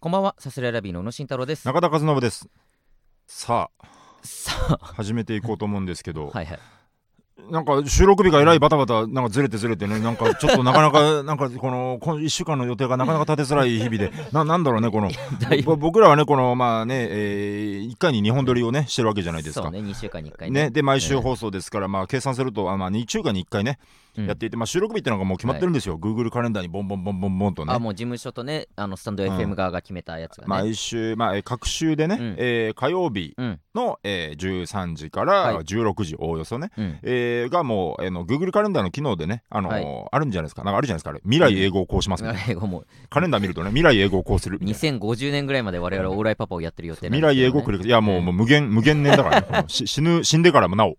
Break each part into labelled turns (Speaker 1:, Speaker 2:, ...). Speaker 1: こんばんは、サスレラビーの小野慎太郎です。
Speaker 2: 中田和伸ですさあ
Speaker 1: さあ、
Speaker 2: 始めていこうと思うんですけど、
Speaker 1: はいはい。
Speaker 2: なんか収録日がえらいバタバタなんかずれてずれてねなんかちょっとなかなかなんかこの今1週間の予定がなかなか立てづらい日々でななんだろうねこの
Speaker 1: だいぶ
Speaker 2: ぼ 僕らはねこのまあね、え1回に2本撮りをねしてるわけじゃないです
Speaker 1: そう
Speaker 2: か。
Speaker 1: ね、2週間に1回ね。
Speaker 2: ね、で毎週
Speaker 1: ええ
Speaker 2: 放送ですから、まあ、計算するとあ、まあ、2週間に1回ね、
Speaker 1: うん
Speaker 2: やっていて、まあ、収録日ってのがもう決まってるんですよ、Google カレンダーにボンボンボンボンボンとね
Speaker 1: あ、もう事務所とね、あのスタンド
Speaker 2: うん
Speaker 1: FM 側が決めたやつがね。
Speaker 2: 毎週、まあ、えー各週でね、
Speaker 1: うん
Speaker 2: えー火曜日
Speaker 1: うん、
Speaker 2: の、えー13時か
Speaker 1: はい
Speaker 2: ら16時、おおよそね、
Speaker 1: うん。
Speaker 2: えーがもう、えーの Google カレンダーの機能でね、あのー
Speaker 1: はい
Speaker 2: あるんじゃないですかなんかあるじゃないですかあれ未来英語をこうしますみたいな、
Speaker 1: 英語も
Speaker 2: カレンダー見るとね未来英語をこうする
Speaker 1: う
Speaker 2: みたいな
Speaker 1: 2050年ぐらいまで我々オーライパパをやってる予定なん
Speaker 2: 未
Speaker 1: ですけ
Speaker 2: 来
Speaker 1: どね
Speaker 2: 英語繰り返すいやもう,、もう無限無限年 だからねこのし死ぬ死んでからもなお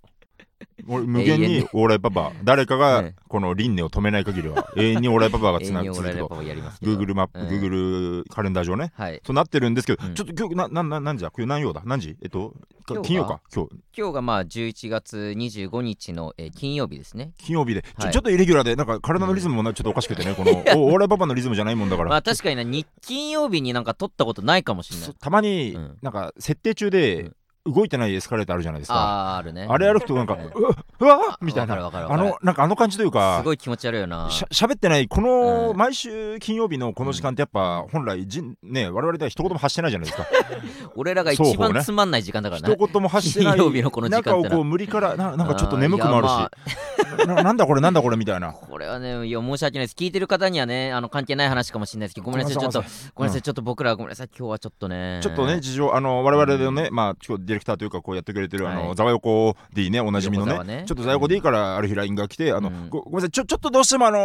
Speaker 2: 俺無限
Speaker 1: 永遠
Speaker 2: に
Speaker 1: に
Speaker 2: オーライパパ誰かが
Speaker 1: ね
Speaker 2: この輪廻を止めない限りは永遠にオーライパパがつな
Speaker 1: 永遠に
Speaker 2: ぐ
Speaker 1: オ
Speaker 2: 続
Speaker 1: ーラ
Speaker 2: く
Speaker 1: イパ
Speaker 2: と
Speaker 1: パをやりますけど。
Speaker 2: Google マップ、
Speaker 1: うん
Speaker 2: Google カレンダー上ね
Speaker 1: はい。
Speaker 2: となってるんですけど、
Speaker 1: うん
Speaker 2: ちょっと今日ななな何時だ今日何曜だ何時えっとか
Speaker 1: 今日が
Speaker 2: 金曜か今日
Speaker 1: 今日がまあ11月25日の、えー金曜日ですね。
Speaker 2: 金曜日でちょ,、
Speaker 1: はい
Speaker 2: ちょっとイレギュラーでなんか体のリズムもなちょっとおかしくてね このおお笑いパパのリズムじゃないもんだから、
Speaker 1: まあ確かにな、日金曜日になんか撮ったことないかもしれない
Speaker 2: そ。たまに
Speaker 1: うん
Speaker 2: なんか設定中で動いてないエスカレーターあるじゃないですか、
Speaker 1: あー、あるね。
Speaker 2: あれ歩くとな んか、
Speaker 1: う
Speaker 2: うんわうわみた
Speaker 1: わ
Speaker 2: い
Speaker 1: かる
Speaker 2: な
Speaker 1: わかるわ
Speaker 2: あ
Speaker 1: かる
Speaker 2: のなんかあの感じというか
Speaker 1: すごい気持ち悪いよな。
Speaker 2: しゃ喋ってないこの
Speaker 1: うん
Speaker 2: 毎週金曜日のこの時間ってやっぱ本来人ね我々では一言も発してないじゃないですか
Speaker 1: 俺らが
Speaker 2: 双
Speaker 1: 一
Speaker 2: 方
Speaker 1: 番
Speaker 2: ね
Speaker 1: つまんない時間だからね
Speaker 2: 一。言も発してない
Speaker 1: 金曜日のこの時間って
Speaker 2: 中
Speaker 1: の
Speaker 2: を
Speaker 1: は
Speaker 2: こう無理からななんかちょっと眠くもあるし
Speaker 1: ーいやま
Speaker 2: ななんだこれなんだこれみた いな。
Speaker 1: これはね、いや、申し訳ないです。聞いてる方にはね、あの関係ない話かもしれないですけど、ごめんなさい、ちょっと、ごめんなさい、ちょっと僕ら、ごめんなさい、今日はちょっとね。
Speaker 2: ちょっとね、事情、あの、我々のね、まあ、今日ディレクターというか、こうやってくれてる、あ
Speaker 1: は
Speaker 2: の、
Speaker 1: い
Speaker 2: ざわよこ D ね、おなじみの
Speaker 1: 横澤ね
Speaker 2: ね、ちょっとざわよこ D からある日 LINE が来て、あの
Speaker 1: うん、
Speaker 2: ごごめんなさい、ちょ、ちょっとどうしても、あの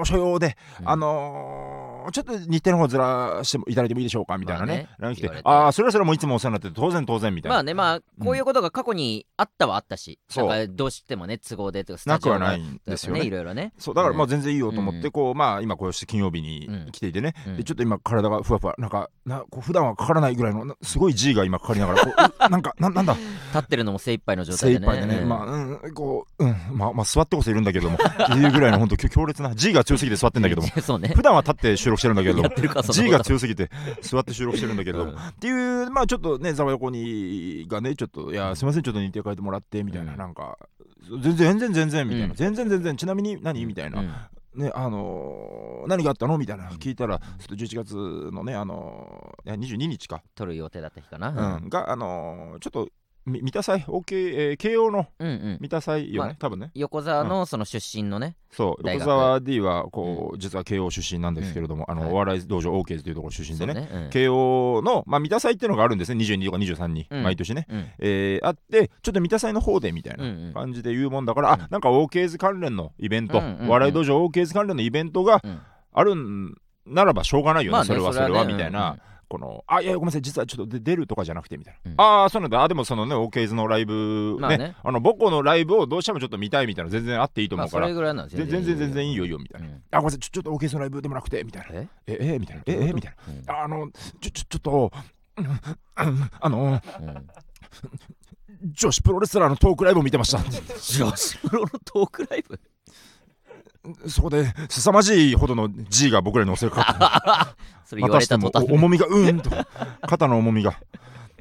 Speaker 2: ー、所要で、
Speaker 1: うん
Speaker 2: あのー、ちょっと日程の方ずらしてもいただいてもいいでしょうかみたいなね
Speaker 1: まあね、
Speaker 2: LINE 来
Speaker 1: 言
Speaker 2: て
Speaker 1: われ、て
Speaker 2: ああ、それはそれはもういつもお世話になってて、当然当然みたい
Speaker 1: まあ
Speaker 2: な。
Speaker 1: ね、まあ、こういうことが過去にあったはあったし、
Speaker 2: そう
Speaker 1: なんかどうしてもね、都合でとか、スタ
Speaker 2: な
Speaker 1: ジ
Speaker 2: く
Speaker 1: オ
Speaker 2: は
Speaker 1: が
Speaker 2: ないんですよ
Speaker 1: ねい
Speaker 2: ね。
Speaker 1: ろいろね。
Speaker 2: そうだからまあ
Speaker 1: ね
Speaker 2: 全然いいよと思っ
Speaker 1: う
Speaker 2: てこうまあ今こうして金曜日に来ていてね
Speaker 1: うん
Speaker 2: でちょっと今体がふわふわなんかなこう普段はかからないぐらいのなすごい G が今かかりながらこ うなんかななんだ
Speaker 1: 立ってるのも精一杯の状態で
Speaker 2: 精一
Speaker 1: ね。
Speaker 2: 杯でね、
Speaker 1: うん
Speaker 2: まあ、うん、こう、うん、まあ、まあ、座ってこそいるんだけども、っていうぐらいの本当強烈な G が強すぎて座ってんだけども、
Speaker 1: そうね。
Speaker 2: 普段は立って収録してるんだけれど
Speaker 1: や
Speaker 2: も
Speaker 1: っ。てるか、そ
Speaker 2: G が
Speaker 1: い
Speaker 2: 強すぎて座って収録してるんだけれども、
Speaker 1: うん
Speaker 2: っていうまあちょっとねざわ横にがねちょっといやすいませんちょっと日程変えてもらってみたいな、
Speaker 1: うん
Speaker 2: なんか全然全然全然みたいな、
Speaker 1: うん
Speaker 2: 全然全然ちなみに何みたいな、ねあのー何があったのみたいな聞いたらちょっと11月のねあのー、いや22日か、
Speaker 1: 取る予定だった日か
Speaker 2: う
Speaker 1: な。
Speaker 2: ん、があのーちょっとみ満たさい OK、えー慶応の
Speaker 1: うんうん。
Speaker 2: 満たさいよね、
Speaker 1: まあ
Speaker 2: 多分ね
Speaker 1: 横澤のその出身のね、
Speaker 2: そう
Speaker 1: 大
Speaker 2: 横
Speaker 1: 学
Speaker 2: 澤 D はこう、実は慶応出身なんですけれども、あの
Speaker 1: はい
Speaker 2: お笑い道場 OK ズというところ出身でね
Speaker 1: そうね
Speaker 2: 慶応の、まあ、三田祭っていうのがあるんですね22とか23に、
Speaker 1: うん
Speaker 2: 毎年ね、
Speaker 1: うんうん
Speaker 2: えーあってちょっと三田祭の方でみたい
Speaker 1: うん
Speaker 2: な
Speaker 1: うん
Speaker 2: 感じで言うもんだから、
Speaker 1: うん
Speaker 2: あなんか OK ズ関連のイベント、
Speaker 1: うんうんうん
Speaker 2: お笑い道場 OK ズ関連のイベントが
Speaker 1: うん
Speaker 2: あるんならばしょうがないよね,、
Speaker 1: まあね
Speaker 2: それはそれは
Speaker 1: それはね
Speaker 2: みたいな、
Speaker 1: うん
Speaker 2: このあいやごめんなさい実はちょっとで出るとかじゃなくてみたいな、
Speaker 1: うん
Speaker 2: ああそうなんだあでもそのね OK ズのライブ、ね
Speaker 1: まあね
Speaker 2: あの母校のライブをどうしてもちょっと見たいみたいな全然あっていいと
Speaker 1: ま
Speaker 2: 思
Speaker 1: あ
Speaker 2: うか
Speaker 1: そ
Speaker 2: ら、
Speaker 1: れぐらいなんです
Speaker 2: 全
Speaker 1: よ
Speaker 2: 然全然全然いいよいいよみたいな。
Speaker 1: うん
Speaker 2: あ、ごめんなさい、ちょちょっと OK のライブでもなくて、みたいな。
Speaker 1: え
Speaker 2: え、え、みたいな。え、え、みたいな。
Speaker 1: うん
Speaker 2: ああの、ちょ、ちょ、ちょっと、うんうんあの、
Speaker 1: うん
Speaker 2: 女子プロレスラーのトークライブを見てました。
Speaker 1: 女子プロのトークライブ
Speaker 2: そこで、凄まじいほどの G が僕らに襲いかかって、
Speaker 1: それ
Speaker 2: ま
Speaker 1: 言わ
Speaker 2: た
Speaker 1: れ
Speaker 2: して
Speaker 1: た
Speaker 2: も
Speaker 1: 途端
Speaker 2: お重みが、うーんと、肩の重みが。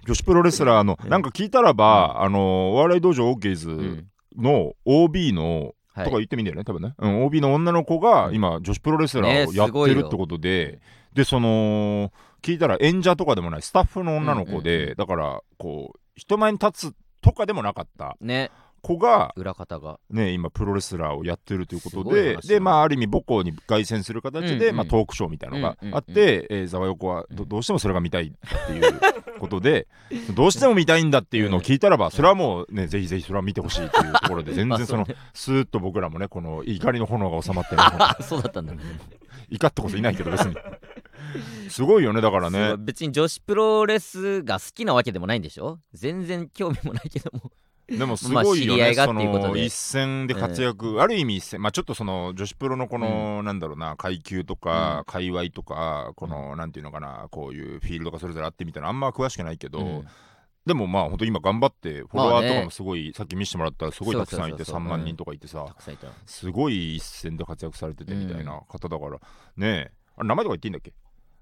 Speaker 2: 女子プロレスラーの、なんか聞いたらば、あの、お笑い道場 OK
Speaker 1: う
Speaker 2: ズ
Speaker 1: ん
Speaker 2: の OB の、
Speaker 1: はい
Speaker 2: とか言ってもいいんだよね、多分ね。うん、OB の女の子が今、女子プロレスラ
Speaker 1: ねえ
Speaker 2: ーをや
Speaker 1: すごい
Speaker 2: って
Speaker 1: よ
Speaker 2: るってことで、で、その、聞いたら演者とかでもない、スタッフの女の子で、
Speaker 1: うんうんう
Speaker 2: だから、こう、人前に立つとかでもなかった
Speaker 1: ね
Speaker 2: 子が、
Speaker 1: 裏方が
Speaker 2: ね、今、プロレスラーをやってるというこ
Speaker 1: す
Speaker 2: と
Speaker 1: ごい話
Speaker 2: で
Speaker 1: だ、な
Speaker 2: で、まあ、ある意味、母校に凱旋する形
Speaker 1: うん
Speaker 2: で、
Speaker 1: うん
Speaker 2: まあ、トークショーみたいなのがあっ
Speaker 1: うんうん
Speaker 2: て、えーざわよこはど
Speaker 1: うん
Speaker 2: どうしてもそれが見たいっていうことで、どうしても見たいんだっていうのを聞いたらば、それはもうね、ぜひぜひそれは見てほしいっていうところ で、全
Speaker 1: まあ
Speaker 2: 然その
Speaker 1: うね
Speaker 2: スーッと僕らもねこの怒りの炎が収まってね
Speaker 1: あ そうだったんだ
Speaker 2: 怒ってこそいないけど別にすごいよねだから
Speaker 1: そ
Speaker 2: ね
Speaker 1: う別に女子プロレスが好きなわけでもないんでしょ全然興味もないけども
Speaker 2: でもす
Speaker 1: まあ
Speaker 2: ごい
Speaker 1: 知
Speaker 2: よ
Speaker 1: り合
Speaker 2: ね
Speaker 1: いが
Speaker 2: そ
Speaker 1: っていうこと
Speaker 2: の
Speaker 1: で
Speaker 2: 一戦で活躍、ある意味一戦まあちょっとその女子プロのこの、なんだろうな階級とか、界隈とかこの、なんていうのかなこういうフィールドがそれぞれあってみたいなあんま詳しくないけど、
Speaker 1: うん
Speaker 2: でもまあ本当今頑張ってフォロワーとかもすごい、さっき見せてもらったらすごいたくさん
Speaker 1: そう
Speaker 2: いて
Speaker 1: そうそうそう
Speaker 2: 3万人とかいてさ、
Speaker 1: たくさんいた
Speaker 2: すごい一戦で活躍されててみたいな方だから、ねえあれ名前とか言っていいんだっけ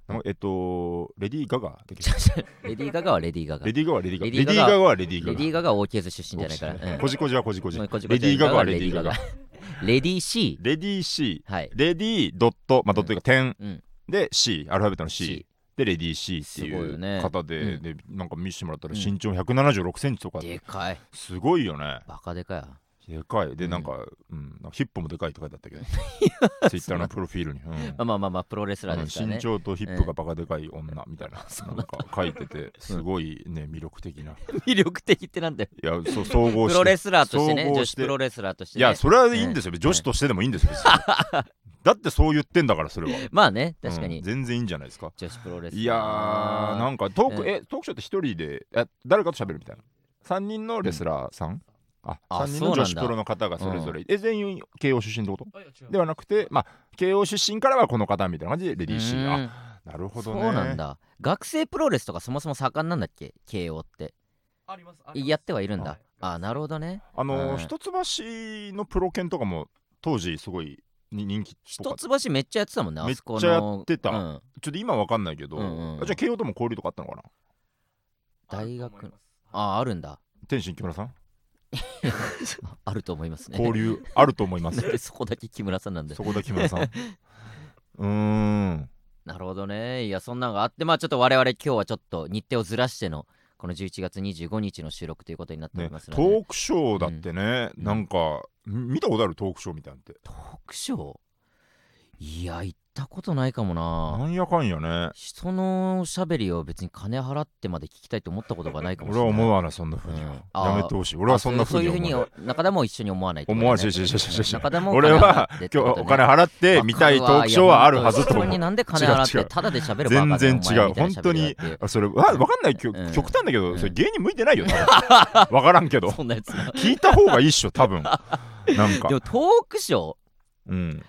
Speaker 2: なえっと、レディー・ガガだっけ
Speaker 1: レディー・ガガはレディー・ガガ。レ
Speaker 2: レ
Speaker 1: デ
Speaker 2: ディー・ガガはレディー・ガガ。
Speaker 1: レ
Speaker 2: レ
Speaker 1: デ
Speaker 2: デ
Speaker 1: ィ
Speaker 2: ィ
Speaker 1: ーガ
Speaker 2: ー・
Speaker 1: ガ
Speaker 2: ガガはレディー・ガガ。
Speaker 1: ィー・ガガは OKS 出身じゃないから。うん
Speaker 2: こじこじはこじこじ。レ
Speaker 1: こじこじ
Speaker 2: ディー・ガガはレ
Speaker 1: レ
Speaker 2: デ
Speaker 1: ディ
Speaker 2: ィー・
Speaker 1: ー
Speaker 2: ガ
Speaker 1: ガ
Speaker 2: ガ
Speaker 1: ガ。レディー・シ
Speaker 2: レディー・ C
Speaker 1: ー。はい。
Speaker 2: レディー・ドット、まあ、ドットというか点、
Speaker 1: うん
Speaker 2: で C、アルファベットの C。
Speaker 1: C
Speaker 2: で、レディー C って
Speaker 1: すごい
Speaker 2: い
Speaker 1: よね
Speaker 2: う方で、
Speaker 1: うん
Speaker 2: でなんか見せてもらったら
Speaker 1: うん
Speaker 2: 身長176センチとか、
Speaker 1: でかい。
Speaker 2: すごいよね。
Speaker 1: バカでかいわ。
Speaker 2: でかい。で、
Speaker 1: うん
Speaker 2: なんか、うん、なんかヒップもでかいって書いてあっ たけど、ツイッターのプロフィールに。うん
Speaker 1: まあまあまあまあ、プロレスラーですから
Speaker 2: 身
Speaker 1: ね。
Speaker 2: 長とヒップがバカでかい女みたいな、
Speaker 1: そう
Speaker 2: なんか書いてて、すごい ね、魅力的な。い
Speaker 1: 魅力的ってなんだよ。
Speaker 2: や、そう総合
Speaker 1: プ
Speaker 2: して
Speaker 1: ロ。レスラーとしてね、
Speaker 2: 総合
Speaker 1: 女
Speaker 2: し
Speaker 1: 子
Speaker 2: て
Speaker 1: プロレスラーとして
Speaker 2: い
Speaker 1: ね。
Speaker 2: や、それはいいんですよ。女子としてでもいいんですよ。別に だってそう言ってんだから、それは。
Speaker 1: まあね、確かに
Speaker 2: うん全然いいんじゃないですか。
Speaker 1: 女子プロレスラー。
Speaker 2: いやー、なんかトー
Speaker 1: うん
Speaker 2: ク、え、トークショーって一人で、え誰かと喋るみたいな。三人のレスラーさんあ、
Speaker 1: あ
Speaker 2: 三人
Speaker 1: そう
Speaker 2: の
Speaker 1: なんだ
Speaker 2: 女子プロの方がそれぞれ。え、全員慶応出身ってこ
Speaker 3: あいや違
Speaker 2: と
Speaker 3: う
Speaker 2: ではなくて、まあ、慶応出身からはこの方みたいな感じでレディーシー。あ、
Speaker 1: あ、
Speaker 2: なるほ
Speaker 1: そ
Speaker 2: ど
Speaker 1: う
Speaker 2: ね。
Speaker 1: なんだ。学生プロレスとかそもそも盛んなんだっけ慶応って。
Speaker 3: ありますあります
Speaker 1: やってはいるんだ。
Speaker 3: は
Speaker 1: あ、なるほどね。
Speaker 2: あの
Speaker 1: うん
Speaker 2: ー一橋のプロ犬とかも当時すごいに人気っぽか
Speaker 1: 一
Speaker 2: った
Speaker 1: 橋めっちゃやってたもんね、あそこの。
Speaker 2: めっちゃやってた
Speaker 1: うん
Speaker 2: ちょっと今わかんないけど、
Speaker 1: うんうん
Speaker 2: あじゃあ慶応とも交流とかあったのかな
Speaker 3: ある
Speaker 1: 大
Speaker 3: と
Speaker 1: 学
Speaker 3: 思います
Speaker 1: あ、あるんだ。
Speaker 2: 天心木村さん
Speaker 1: あると思いますね。
Speaker 2: 交流あると思います
Speaker 1: なん でそこだけ木村さんなんで。
Speaker 2: そこだけ木 村さんうーん
Speaker 1: なるほどね。いや、そんなのがあって、まあちょっと我々今日はちょっと日程をずらしての、この11月25日の収録ということになってお
Speaker 2: ね
Speaker 1: ります
Speaker 2: ト
Speaker 1: ので。
Speaker 2: ークショーだってね、
Speaker 1: うん
Speaker 2: なんかん見たことあるトークショーみたいなんて
Speaker 1: トークショーいや、行ったことないかもな。
Speaker 2: なんやかんやね
Speaker 1: 人のしゃべりを別に金払ってまで聞きたいと思ったことがないかもし
Speaker 2: 俺
Speaker 1: れ
Speaker 2: は
Speaker 1: ない。
Speaker 2: 思わないそんなふうには、
Speaker 1: うんあー
Speaker 2: やめてほしい俺はそんなふ
Speaker 1: そうう
Speaker 2: に
Speaker 1: いう
Speaker 2: は
Speaker 1: ふうに
Speaker 2: 思わない
Speaker 1: 中田も一緒に思わないってこと
Speaker 2: 思わない
Speaker 1: ね
Speaker 2: しししししし
Speaker 1: 中田も
Speaker 2: 俺は
Speaker 1: 金払ってって
Speaker 2: 今
Speaker 1: ことね
Speaker 2: 日お金払って見たいトークショーはあるはずと
Speaker 1: 本
Speaker 2: 思
Speaker 1: 当
Speaker 2: う
Speaker 1: になんで金払っ
Speaker 2: 違う
Speaker 1: て
Speaker 2: 違う
Speaker 1: ただで喋る
Speaker 2: 全
Speaker 1: バカ
Speaker 2: 然違う
Speaker 1: お前みたいな喋りやがって
Speaker 2: あそれわわかんないきょ
Speaker 1: うん
Speaker 2: 極端だけどそれ
Speaker 1: うん
Speaker 2: 芸人向いてないよ多 分わからんけど
Speaker 1: そんなやつな
Speaker 2: 聞いた方がいいっしょ多分なんか
Speaker 1: でもトークショー行っ
Speaker 2: うん